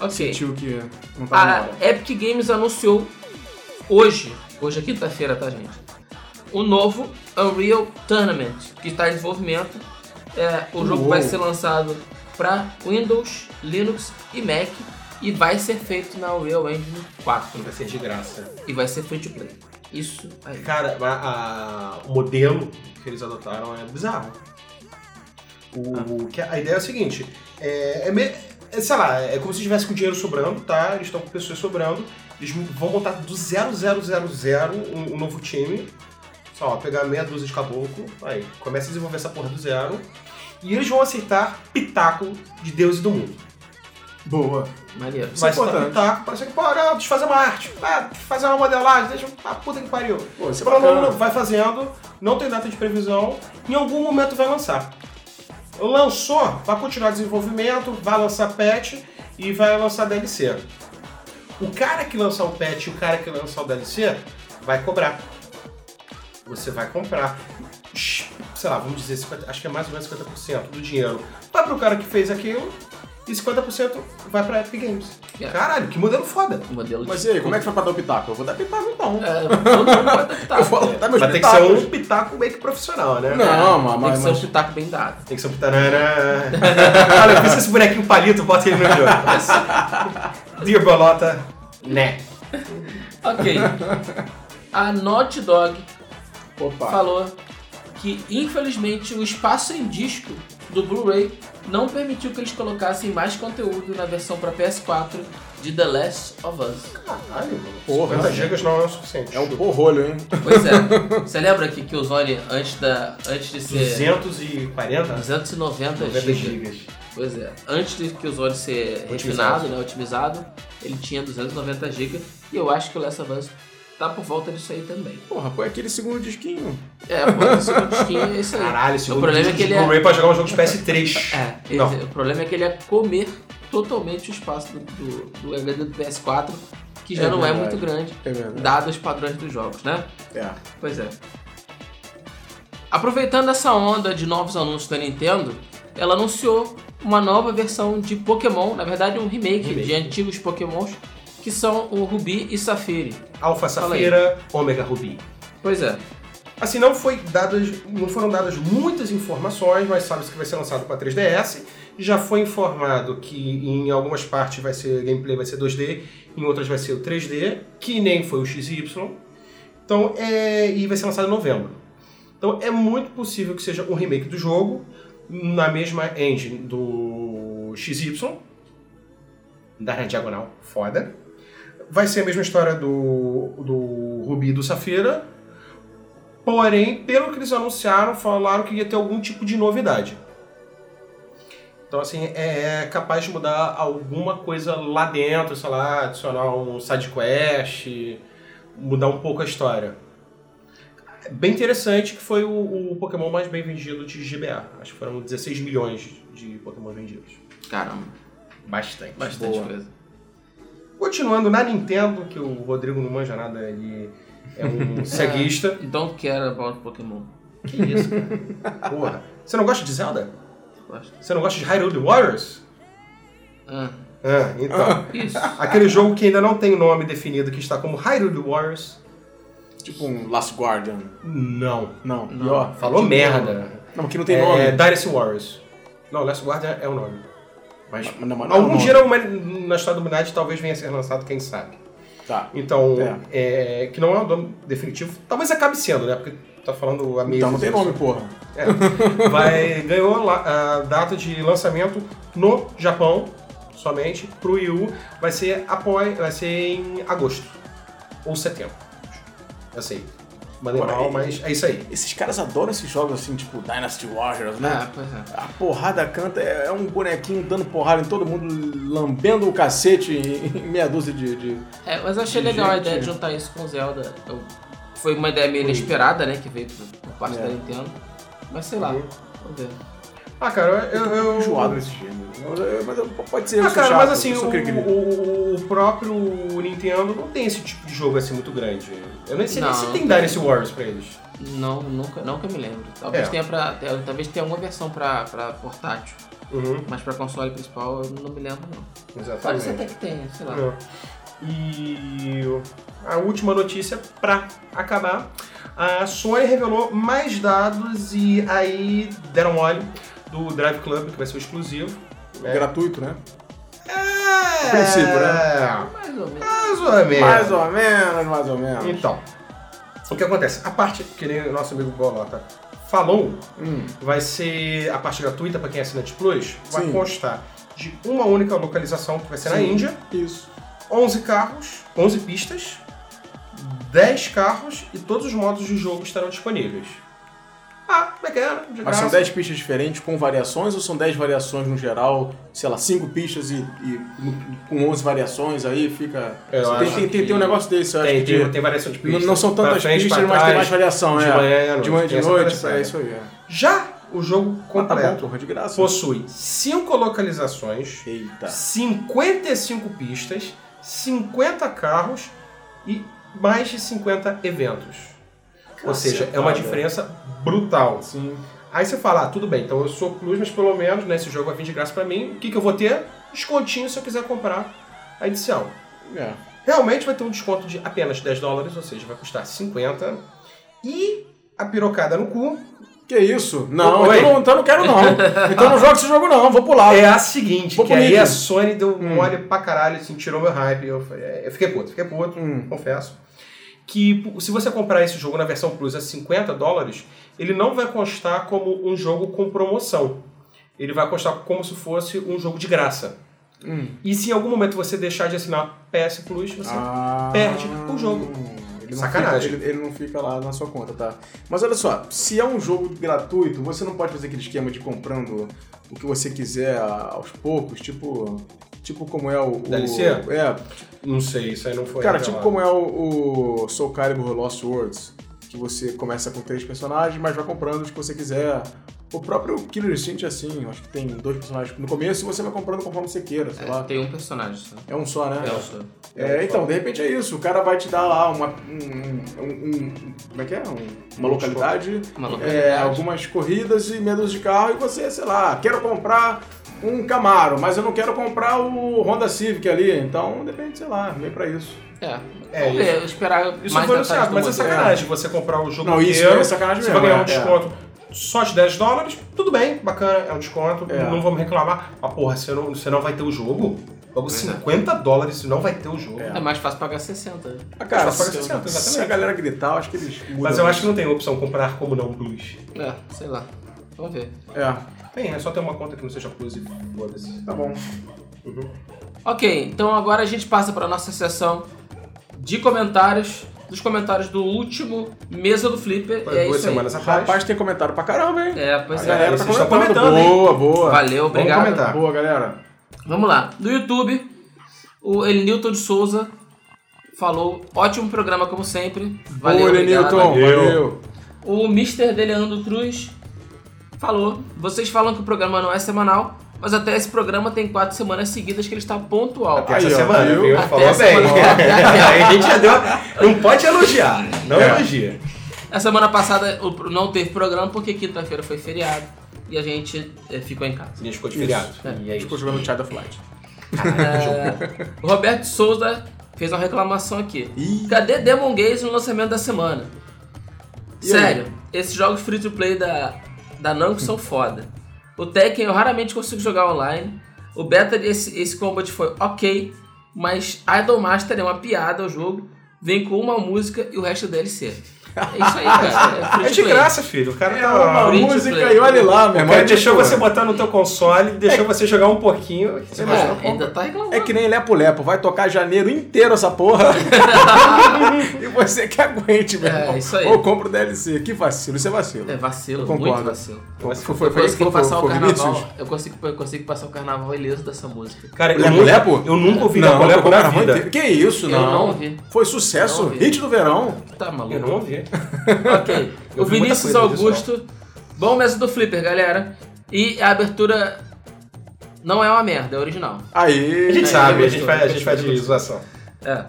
Speaker 1: ok.
Speaker 2: sentiu que não
Speaker 3: Ah,
Speaker 2: tava na
Speaker 1: A
Speaker 2: hora.
Speaker 1: Epic Games anunciou hoje, hoje é quinta-feira, tá, gente? O novo Unreal Tournament, que está em desenvolvimento. É, o jogo
Speaker 2: Uou.
Speaker 1: vai ser lançado para Windows, Linux e Mac e vai ser feito na Unreal Engine 4
Speaker 3: Vai ser de graça.
Speaker 1: e vai ser free to play. Isso aí.
Speaker 3: Cara, a- a- o modelo que eles adotaram é bizarro.
Speaker 2: Ah.
Speaker 3: O, que a ideia é a seguinte: é, é me- é, sei lá, é como se tivesse com dinheiro sobrando, tá? Eles estão com pessoas sobrando, eles vão montar do 0000 um, um novo time. Só ó, pegar meia dúzia de caboclo, aí começa a desenvolver essa porra do zero. E eles vão aceitar pitaco de Deus e do mundo.
Speaker 2: Boa.
Speaker 1: Maneiro.
Speaker 2: Isso é
Speaker 3: Vai aceitar
Speaker 2: importante.
Speaker 3: pitaco, parece que, pô, não, desfazer uma arte, ah, fazer uma modelagem, deixa a puta que pariu.
Speaker 2: Pô, isso
Speaker 3: Você
Speaker 2: é
Speaker 3: fala, não,
Speaker 2: bacana.
Speaker 3: não, vai fazendo, não tem data de previsão, em algum momento vai lançar. Lançou, vai continuar desenvolvimento, vai lançar patch e vai lançar DLC. O cara que lançar o patch e o cara que lançar o DLC vai cobrar. Você vai comprar. Sei lá, vamos dizer, 50 acho que é mais ou menos 50% do dinheiro vai pro cara que fez aquilo e 50% vai pra Epic Games.
Speaker 1: Yeah.
Speaker 3: Caralho, que modelo foda!
Speaker 1: O modelo
Speaker 2: Mas
Speaker 1: de...
Speaker 2: e aí, como é que foi pra dar o pitaco? Eu vou dar
Speaker 3: um
Speaker 2: pitaco então.
Speaker 1: É, todo
Speaker 2: (laughs)
Speaker 1: mundo vai adaptar. né?
Speaker 2: eu vou dar meus
Speaker 3: Vai ter que ser
Speaker 2: pitacos.
Speaker 3: um pitaco meio que profissional, né?
Speaker 2: Não, mas...
Speaker 1: Tem que
Speaker 2: mas-
Speaker 1: ser um pitaco bem dado.
Speaker 3: Tem que ser um pitarará. Olha, eu fiz esse bonequinho palito, bota ele no jogo. (laughs) Dear Bolota. Né.
Speaker 2: (laughs)
Speaker 1: Ok. A Naughty Dog
Speaker 2: Opa.
Speaker 1: falou que infelizmente o espaço em disco do Blu-ray não permitiu que eles colocassem mais conteúdo na versão para PS4 de The Last of Us.
Speaker 3: Caralho, mano.
Speaker 2: Porra. né?
Speaker 3: 50 gigas não é o suficiente.
Speaker 2: É um porrolho, hein?
Speaker 1: Pois é.
Speaker 3: (laughs)
Speaker 1: Você lembra que que o Zone antes da antes de ser
Speaker 3: 240?
Speaker 1: 290
Speaker 3: 90
Speaker 1: GB.
Speaker 3: gigas.
Speaker 1: Pois é. Antes de que o Zone ser
Speaker 3: Otimizado.
Speaker 1: refinado, né, otimizado, ele tinha 290 GB e eu acho que o Last of Us tá por volta disso aí também.
Speaker 2: Porra, põe aquele segundo disquinho.
Speaker 1: É, pô, esse disquinho é isso aí.
Speaker 3: Caralho, esse
Speaker 1: O
Speaker 3: jogo
Speaker 1: problema é
Speaker 3: de
Speaker 1: que ele é-
Speaker 3: Blu-ray pra jogar um
Speaker 1: (laughs)
Speaker 3: jogo de PS3.
Speaker 1: É, ele-
Speaker 3: Não.
Speaker 1: o problema é que ele ia comer totalmente o espaço do, do, do HD do PS4, que já
Speaker 2: É
Speaker 1: não é
Speaker 2: verdade.
Speaker 1: muito grande,
Speaker 2: É verdade.
Speaker 1: dados os padrões dos jogos, né?
Speaker 2: É.
Speaker 1: Pois é. Aproveitando essa onda de novos anúncios da Nintendo, ela anunciou uma nova versão de Pokémon, na verdade um remake,
Speaker 3: Remake.
Speaker 1: de antigos Pokémons, que são o Rubi e Safiri.
Speaker 3: Alpha
Speaker 1: é. Fala aí.
Speaker 3: Safira, Omega Ruby.
Speaker 1: Pois é,
Speaker 3: Assim, não, foi dadas, não foram dadas muitas informações, mas sabe-se que vai ser lançado para 3DS. Já foi informado que em algumas partes vai ser gameplay vai ser 2D, em outras vai ser o 3D, que nem foi o XY. Então, é, e vai ser lançado em novembro. Então, é muito possível que seja um remake do jogo na mesma engine do XY, da na diagonal, foda. Vai ser a mesma história do, do Rubi e do Safira, Porém, pelo que eles anunciaram, falaram que ia ter algum tipo de novidade. Então, assim, é capaz de mudar alguma coisa lá dentro, sei lá, adicionar um side quest, mudar um pouco a história. Bem interessante que foi o, o Pokémon mais bem vendido de GBA. Acho que foram 16 milhões de Pokémon vendidos.
Speaker 1: caramba,
Speaker 3: Bastante.
Speaker 1: bastante
Speaker 2: Boa.
Speaker 1: coisa.
Speaker 3: Continuando na Nintendo, que o Rodrigo não manja nada, ele é um ceguista.
Speaker 1: Então, que era about Pokémon?
Speaker 3: Que isso,
Speaker 2: (laughs)
Speaker 3: cara? Porra. Você não gosta de Zelda?
Speaker 1: Gosto.
Speaker 3: Você não gosta de Hyrule Warriors?
Speaker 1: Ah,
Speaker 3: Ah,
Speaker 2: (laughs)
Speaker 3: então.
Speaker 1: isso.
Speaker 3: Aquele jogo que ainda não tem nome definido, que está como Hyrule Warriors?
Speaker 2: Tipo um Last Guardian.
Speaker 3: Não.
Speaker 2: Não,
Speaker 1: Não.
Speaker 2: pior.
Speaker 3: Falou merda.
Speaker 2: Não, que não tem nome.
Speaker 3: É, Dynasty Warriors. Não, Last Guard é é o nome. Mas
Speaker 2: Não, mas não é o
Speaker 3: algum
Speaker 2: nome.
Speaker 3: dia na, humani- na história da humanidade talvez venha a ser lançado, quem sabe.
Speaker 2: Tá.
Speaker 3: Então, é, que não é um nome definitivo. Talvez acabe sendo, né? Porque tá falando a meio.
Speaker 2: Então não tem nome, porra.
Speaker 3: É. Vai, ganhou la- a data de lançamento no Japão, somente, pro Wii U. Vai ser, após, vai ser em agosto. Ou setembro. Eu sei. Mandei
Speaker 2: Por aí.
Speaker 3: mal, mas é isso aí.
Speaker 2: Esses caras adoram esses jogos assim, tipo Dynasty Warriors, né?
Speaker 1: Ah, pois é.
Speaker 2: A porrada canta é é um bonequinho dando porrada em todo mundo, lambendo o cacete em (laughs) em meia dúzia de. de-
Speaker 1: É, mas eu achei
Speaker 2: De
Speaker 1: legal a
Speaker 2: jeito
Speaker 1: ideia de
Speaker 2: nenhum.
Speaker 1: juntar isso com o Zelda. Eu- foi uma ideia meio inesperada, né? Que veio por, por parte
Speaker 2: É.
Speaker 1: da Nintendo. Mas sei lá,
Speaker 3: Uhum.
Speaker 1: vamos ver.
Speaker 3: Ah, cara, eu. eu...
Speaker 2: enjoado desse gênero. Mas, eu- mas eu- pode ser. eu
Speaker 3: Ah,
Speaker 2: sou
Speaker 3: cara,
Speaker 2: chato,
Speaker 3: mas
Speaker 2: eu
Speaker 3: assim,
Speaker 2: sou
Speaker 3: o,
Speaker 2: cri-cri.
Speaker 3: o- o próprio Nintendo não tem esse tipo de jogo assim muito grande. Eu nem sei nem
Speaker 1: Não,
Speaker 3: se
Speaker 1: não
Speaker 3: tem
Speaker 1: tem.
Speaker 3: Dynasty Warriors pra eles.
Speaker 1: Não, nunca, não que eu me lembro. Talvez
Speaker 3: É.
Speaker 1: tenha pra. te- Talvez tenha alguma versão pra, pra portátil.
Speaker 3: Uhum,
Speaker 1: Mas pra console principal eu não me lembro, não. Pode ser até
Speaker 3: exatamente.
Speaker 1: que tenha, sei lá.
Speaker 3: É. E a última notícia pra acabar. A Sony revelou mais dados e aí deram mole do Drive Club, que vai ser o exclusivo. né?
Speaker 2: Gratuito, né?
Speaker 3: É...
Speaker 2: princípio, né?
Speaker 1: Mais ou menos.
Speaker 3: Mais ou menos.
Speaker 2: Mais ou menos, mais ou menos.
Speaker 3: Então, o que acontece? A parte que nem o nosso amigo Bolota falou
Speaker 2: Hum,
Speaker 3: vai ser a parte gratuita para quem é assinante Plus, vai
Speaker 2: Sim.
Speaker 3: constar de uma única localização que vai ser na
Speaker 2: Sim.
Speaker 3: Índia,
Speaker 2: isso.
Speaker 3: 11 carros, 11 pistas, 10 carros e todos os modos de jogo estarão disponíveis. Ah, bacana, de
Speaker 2: Mas são
Speaker 3: graça.
Speaker 2: 10 pistas diferentes com variações ou são 10 variações no geral? Sei lá, 5 pistas e, e no- com 11 variações aí fica.
Speaker 3: Eu
Speaker 2: Tem-
Speaker 3: acho
Speaker 2: tem, tem,
Speaker 1: que-
Speaker 2: um negócio desse, eu acho
Speaker 3: Tem,
Speaker 2: que.
Speaker 3: tem, tem variação de
Speaker 2: não,
Speaker 3: pistas.
Speaker 2: não são
Speaker 3: Pra
Speaker 2: tantas
Speaker 3: frente,
Speaker 2: pistas,
Speaker 3: pra
Speaker 2: mas tem mais
Speaker 3: trás.
Speaker 2: variação,
Speaker 3: de
Speaker 2: é.
Speaker 3: manhã e à
Speaker 2: de
Speaker 3: noite,
Speaker 2: manhã e de
Speaker 3: tem essa
Speaker 2: noite,
Speaker 3: variação.
Speaker 2: é isso aí. É.
Speaker 3: Já o jogo
Speaker 2: Ah, tá bom,
Speaker 3: completo
Speaker 2: porra, de graça.
Speaker 3: possui 5 localizações,
Speaker 2: Eita.
Speaker 3: 55 pistas, 50 carros e mais de 50 eventos. Ou seja, é uma
Speaker 2: Cacetada.
Speaker 3: diferença brutal.
Speaker 2: Sim.
Speaker 3: Aí você fala, ah, tudo bem, então eu sou plus, mas pelo menos né, esse jogo vai vir de graça pra mim. O que, que eu vou ter? Descontinho se eu quiser comprar a edição.
Speaker 2: É.
Speaker 3: Realmente vai ter um desconto de apenas 10 dólares, ou seja, vai custar 50. E a pirocada no cu
Speaker 2: Que isso? Não,
Speaker 3: Oi.
Speaker 2: então não, então não quero
Speaker 3: (laughs)
Speaker 2: não. Então não jogo esse jogo não, vou pular.
Speaker 3: é a seguinte,
Speaker 2: Vou
Speaker 3: que
Speaker 2: pro
Speaker 3: aí
Speaker 2: Nick.
Speaker 3: a Sony deu
Speaker 2: Hum.
Speaker 3: um olho pra caralho, assim, tirou meu hype. Eu, falei, é, eu fiquei puto, fiquei puto,
Speaker 2: Hum.
Speaker 3: confesso. Que pu- se você comprar esse jogo na versão Plus a 50 dólares, ele não vai constar como um jogo com promoção. Ele vai constar como se fosse um jogo de graça.
Speaker 2: Hum.
Speaker 3: E se em algum momento você deixar de assinar PS Plus, você
Speaker 2: Ah,
Speaker 3: perde o jogo.
Speaker 2: Ele não
Speaker 3: Sacanagem.
Speaker 2: fica- ele, ele não fica lá na sua conta, tá? Mas olha só, se é um jogo gratuito, você não pode fazer aquele esquema de comprando o que você quiser a- aos poucos, tipo. Tipo como é o. o-
Speaker 3: DLC?
Speaker 2: É,
Speaker 3: Não sei, isso aí não foi.
Speaker 2: Cara,
Speaker 3: revelado.
Speaker 2: tipo como é o, o Soul Calibur Lost Worlds, que você começa com três personagens, mas vai comprando os que você quiser. O próprio Killer Instinct é assim, eu acho que tem dois personagens no começo e você vai comprando conforme você queira,
Speaker 3: É,
Speaker 2: sei lá.
Speaker 1: Tem um personagem só.
Speaker 2: É um só, né?
Speaker 1: É o seu.
Speaker 2: É, então, de repente é isso. O cara vai te dar lá uma. Um, um- um- como é que é? Um- uma localidade,
Speaker 1: Uma
Speaker 2: é,
Speaker 1: localidade.
Speaker 2: algumas corridas e medos de carro, e você, sei lá, quero comprar um Camaro, mas eu não quero comprar o Honda Civic ali. Então, depende, sei lá, meio pra isso.
Speaker 1: É,
Speaker 3: É,
Speaker 1: vamos ver, eu esperar mais
Speaker 3: Isso foi
Speaker 1: detalhes
Speaker 3: anunciado,
Speaker 1: do
Speaker 3: mas é
Speaker 1: modelo.
Speaker 3: sacanagem você comprar o jogo
Speaker 2: Não, isso
Speaker 3: inteiro,
Speaker 2: é sacanagem
Speaker 3: você
Speaker 2: mesmo,
Speaker 3: vai ganhar
Speaker 2: é.
Speaker 3: um desconto só de 10 dólares, tudo bem, bacana, é um desconto,
Speaker 2: É.
Speaker 3: não vamos reclamar. Mas porra, você não, você não vai ter o jogo? Logo
Speaker 1: Pois é.
Speaker 3: 50 dólares, você não vai ter o jogo.
Speaker 2: É.
Speaker 1: É mais fácil pagar 60. né?
Speaker 2: Ah, cara,
Speaker 3: Mas só
Speaker 2: se,
Speaker 3: paga 60,
Speaker 2: se a
Speaker 3: exatamente.
Speaker 2: galera gritar, eu acho que eles mudam.
Speaker 3: Mas eu acho que não tem a opção comprar como não Plus.
Speaker 1: É, sei lá. Vamos ver.
Speaker 2: É,
Speaker 3: Tem, é só ter uma conta que não seja Plus e foda-se.
Speaker 2: tá bom.
Speaker 1: Ok, então agora a gente passa para nossa sessão de comentários, dos comentários do último Mesa do Flipper.
Speaker 3: Foi
Speaker 1: e é
Speaker 3: duas
Speaker 1: isso aí.
Speaker 3: semanas atrás.
Speaker 2: Rapaz, tem comentário pra caramba, hein?
Speaker 1: É, pois
Speaker 2: a
Speaker 1: é.
Speaker 2: galera tá
Speaker 3: vocês estão
Speaker 2: comentando.
Speaker 3: comentando, hein?
Speaker 2: boa, boa.
Speaker 1: Valeu, obrigado.
Speaker 3: comentar. Tá.
Speaker 2: Boa, galera.
Speaker 1: Vamos lá. No YouTube, o Elenilton de Souza falou: ótimo programa, como sempre. Valeu,
Speaker 2: boa,
Speaker 1: obrigado.
Speaker 2: Lenilton.
Speaker 3: Valeu.
Speaker 2: Valeu.
Speaker 1: O Mr. Deleandro Cruz falou: vocês falam que o programa não é semanal, mas até esse programa tem quatro semanas seguidas que ele está pontual.
Speaker 3: Até essa
Speaker 2: Aí, ó,
Speaker 3: semana,
Speaker 2: viu?
Speaker 3: viu?
Speaker 1: Até
Speaker 3: Falou
Speaker 1: essa
Speaker 3: bem. (laughs)
Speaker 1: semana.
Speaker 3: Aí a gente já deu. Não pode elogiar. Não
Speaker 2: É.
Speaker 3: elogia.
Speaker 1: A semana passada o- não teve programa porque quinta-feira foi feriado e a gente eh, ficou em casa.
Speaker 3: A gente ficou de
Speaker 2: Isso.
Speaker 3: feriado. E
Speaker 2: A
Speaker 3: é
Speaker 2: gente
Speaker 3: isso.
Speaker 2: ficou jogando Child of Light.
Speaker 1: O Roberto Souza fez uma reclamação aqui.
Speaker 2: Ih.
Speaker 1: Cadê Demon Gaze no lançamento da semana?
Speaker 2: E aí?
Speaker 1: Sério, esses jogos free to play da da Namco são foda. O Tekken eu raramente consigo jogar online. O beta desse esse combat foi ok, mas Idol Master é uma piada ao jogo. Vem com uma música e o resto é DLC. É isso aí,
Speaker 2: (laughs) Ah,
Speaker 1: cara.
Speaker 3: É
Speaker 1: free
Speaker 3: de
Speaker 1: to play.
Speaker 3: graça, filho. O
Speaker 1: É
Speaker 3: cara tá.
Speaker 2: uma
Speaker 1: free to
Speaker 2: música
Speaker 1: play.
Speaker 2: e olha lá, meu
Speaker 3: O
Speaker 2: irmão.
Speaker 3: cara
Speaker 2: é
Speaker 3: deixou
Speaker 2: tipo-
Speaker 3: você botar no teu console, deixou você jogar um pouquinho. Você vai jogar um
Speaker 1: É,
Speaker 3: pouco.
Speaker 1: ainda tá reclamando.
Speaker 2: É que nem lepo-lepo, vai tocar janeiro inteiro essa
Speaker 3: (laughs)
Speaker 2: porra. e você que aguente, meu
Speaker 1: É,
Speaker 2: irmão.
Speaker 1: isso aí.
Speaker 2: Ou compra o DLC. Que vacilo, isso é vacilo.
Speaker 1: É vacilo,
Speaker 2: Eu concordo.
Speaker 1: muito vacilo.
Speaker 2: Foi, foi,
Speaker 1: Eu consegui passar o carnaval.
Speaker 2: Vinícius?
Speaker 1: Eu consigo, eu consigo passar o carnaval ileso dessa música.
Speaker 3: Cara, eu nunca,
Speaker 2: Lepo-lepo?
Speaker 3: eu nunca ouvi
Speaker 2: Não,
Speaker 3: Lepo Lepo
Speaker 2: tocou
Speaker 3: na
Speaker 2: carnaval
Speaker 3: vida.
Speaker 2: inteiro. Que isso,
Speaker 1: Eu
Speaker 2: não.
Speaker 1: não ouvi.
Speaker 2: Foi sucesso,
Speaker 1: Não ouvi.
Speaker 2: hit do verão.
Speaker 1: Tá maluco.
Speaker 3: Eu não ouvi.
Speaker 1: (laughs) Ok.
Speaker 3: Eu
Speaker 1: o
Speaker 3: vi muita
Speaker 1: Vinícius
Speaker 3: coisa
Speaker 1: Augusto. Bom mesmo do Flipper, galera. E a abertura não é uma merda, é original.
Speaker 3: A
Speaker 2: Aí.
Speaker 3: gente
Speaker 1: É,
Speaker 3: sabe, a
Speaker 1: eu
Speaker 3: gente
Speaker 1: gostou,
Speaker 3: faz, a
Speaker 1: eu
Speaker 3: gente faz de
Speaker 1: gostei.
Speaker 3: zoação.
Speaker 1: É.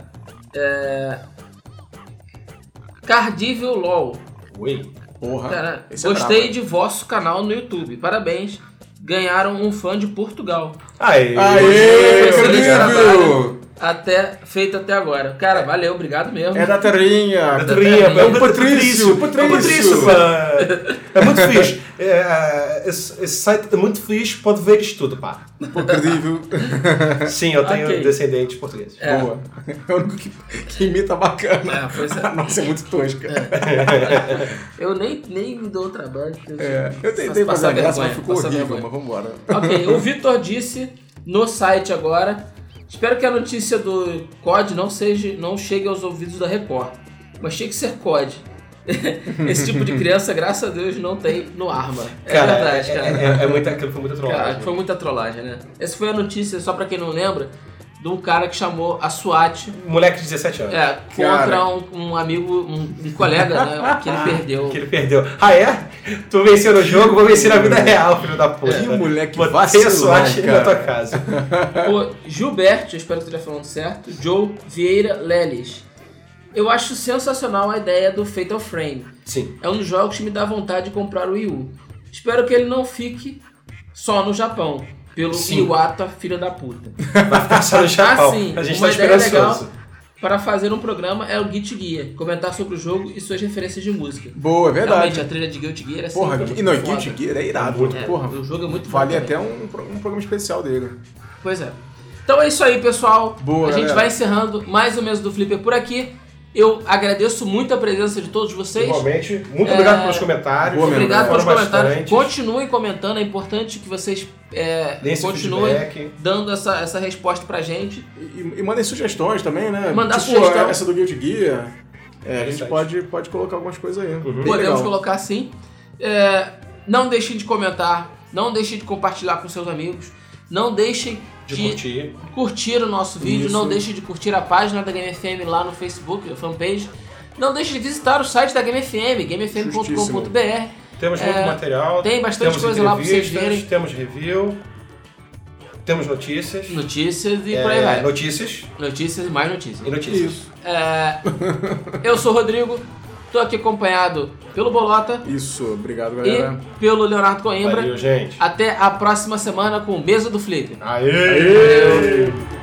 Speaker 1: É. Cardível LOL.
Speaker 3: Ui.
Speaker 2: Porra.
Speaker 1: Cara,
Speaker 2: esse é
Speaker 1: gostei
Speaker 2: brabo.
Speaker 1: de vosso canal no YouTube. Parabéns. Ganharam um fã de Portugal.
Speaker 3: Aê!
Speaker 2: Aê,
Speaker 1: Excelente
Speaker 2: incrível!
Speaker 1: Até, feito até agora. Cara, valeu, obrigado mesmo.
Speaker 2: É da terrinha.
Speaker 1: (laughs)
Speaker 3: Patrícia,
Speaker 1: É o
Speaker 2: Patrício,
Speaker 3: É o um Patrício,
Speaker 2: Patrício.
Speaker 3: pá. É muito fixe. É, esse, esse site é muito fixe, pode ver isto tudo, pá.
Speaker 2: Incrível.
Speaker 3: Sim, eu tenho
Speaker 1: Ok.
Speaker 3: descendentes portugueses. (laughs)
Speaker 1: É.
Speaker 2: Boa. É o único que, que imita bacana.
Speaker 1: É, pois é.
Speaker 2: (laughs) Nossa, é muito tosca.
Speaker 1: Eu nem, nem me dou trabalho. porque eu-
Speaker 2: É, eu tentei
Speaker 1: faço
Speaker 2: fazer
Speaker 1: passar
Speaker 2: a graça, mas
Speaker 1: vergonha,
Speaker 2: ficou
Speaker 1: passar
Speaker 2: horrível,
Speaker 1: vergonha.
Speaker 2: mas vambora.
Speaker 1: Ok, o Vitor disse no site agora. Espero que a notícia do COD não seja, não chegue aos ouvidos da Record. Mas tinha que ser COD. (laughs) Esse tipo de criança, graças a Deus, não tem no arma. É verdade,
Speaker 3: é,
Speaker 1: cara.
Speaker 3: É, é, é muita, aquilo foi muita
Speaker 1: Cara,
Speaker 3: trollagem.
Speaker 1: foi muita trollagem, né? Essa foi a notícia, só pra quem não lembra, de um cara que chamou a SWAT
Speaker 3: Moleque de 17 anos.
Speaker 1: um é,
Speaker 2: Cara.
Speaker 1: contra um, um amigo, um, um colega, né?
Speaker 3: (laughs)
Speaker 1: Que ele perdeu.
Speaker 3: Que ele perdeu. Ah, é? Tu venceu no jogo, vou vencer na vida real, filho da puta.
Speaker 1: É.
Speaker 2: Que moleque
Speaker 3: Botei a
Speaker 2: vacilão,
Speaker 3: SWAT na
Speaker 2: cara.
Speaker 3: tua casa.
Speaker 1: O Gilberto, eu espero que eu esteja falando certo, Joe Vieira Leles. Eu acho sensacional a ideia do Fatal Frame.
Speaker 3: Sim.
Speaker 1: É um dos jogos que me dá vontade de comprar o Wii U. Espero que ele não fique só no Japão, pelo
Speaker 3: Sim.
Speaker 1: Iwata, filho da
Speaker 3: (laughs)
Speaker 1: puta.
Speaker 3: Vai ficar só no Japão.
Speaker 1: Ah, sim,
Speaker 3: a gente
Speaker 1: uma
Speaker 3: tá
Speaker 1: ideia
Speaker 3: esperançoso.
Speaker 1: Para fazer um programa é o Git Gear, comentar sobre o jogo e suas referências de música.
Speaker 2: Boa, é
Speaker 1: Realmente,
Speaker 2: verdade.
Speaker 1: a trilha de Guilty Gear é assim,
Speaker 2: Porra,
Speaker 1: muito
Speaker 2: e não, e
Speaker 1: foda.
Speaker 2: Guilty Gear é irado.
Speaker 3: Muito.
Speaker 1: É,
Speaker 2: porra,
Speaker 1: o jogo é muito bom
Speaker 2: valia
Speaker 1: também.
Speaker 2: até um, pro- um programa especial dele.
Speaker 1: Pois é. Então é isso aí, pessoal.
Speaker 2: Boa,
Speaker 1: a gente
Speaker 2: galera.
Speaker 1: vai encerrando mais um mês do Flipper por aqui. Eu agradeço muito a presença de todos vocês. É.
Speaker 3: Igualmente, muito obrigado pelos comentários.
Speaker 2: Boa, meu
Speaker 1: Obrigado
Speaker 2: Foram
Speaker 1: pelos comentários.
Speaker 3: bastantes.
Speaker 1: Continuem comentando. É importante que vocês é,
Speaker 3: Deem esse
Speaker 1: continuem
Speaker 3: feedback.
Speaker 1: dando essa, essa resposta pra gente.
Speaker 2: E, e mandem sugestões também, né?
Speaker 1: Mandar
Speaker 2: tipo,
Speaker 1: sugestão.
Speaker 2: essa do Guilty Gear. É, a gente
Speaker 3: Interessante.
Speaker 2: pode, pode colocar algumas coisas aí. Bem
Speaker 1: Podemos
Speaker 2: legal.
Speaker 1: colocar assim. É, não deixem de comentar. Não deixem de compartilhar com seus amigos. Não deixem
Speaker 3: De
Speaker 1: de
Speaker 3: curtir.
Speaker 1: curtir o nosso vídeo,
Speaker 2: Isso.
Speaker 1: não deixe de curtir a página da Game FM lá no Facebook, a fanpage. Não deixe de visitar o site da Game FM, gamefm.com.br.
Speaker 3: Temos muito material.
Speaker 1: É, tem bastante
Speaker 3: temos
Speaker 1: coisa lá pra vocês
Speaker 3: entrevistas,
Speaker 1: verem.
Speaker 3: Temos review. Temos notícias.
Speaker 1: Notícias e
Speaker 3: É,
Speaker 1: por aí vai.
Speaker 3: Notícias
Speaker 1: Notícias e mais notícias.
Speaker 3: e notícias.
Speaker 2: Isso,
Speaker 1: É, eu sou o Rodrigo, tô aqui acompanhado pelo Bolota
Speaker 2: isso. Obrigado, galera.
Speaker 1: e pelo Leonardo Coimbra.
Speaker 3: Valeu, gente.
Speaker 1: Até a próxima semana com o Mesa do Flipper.
Speaker 3: Aê!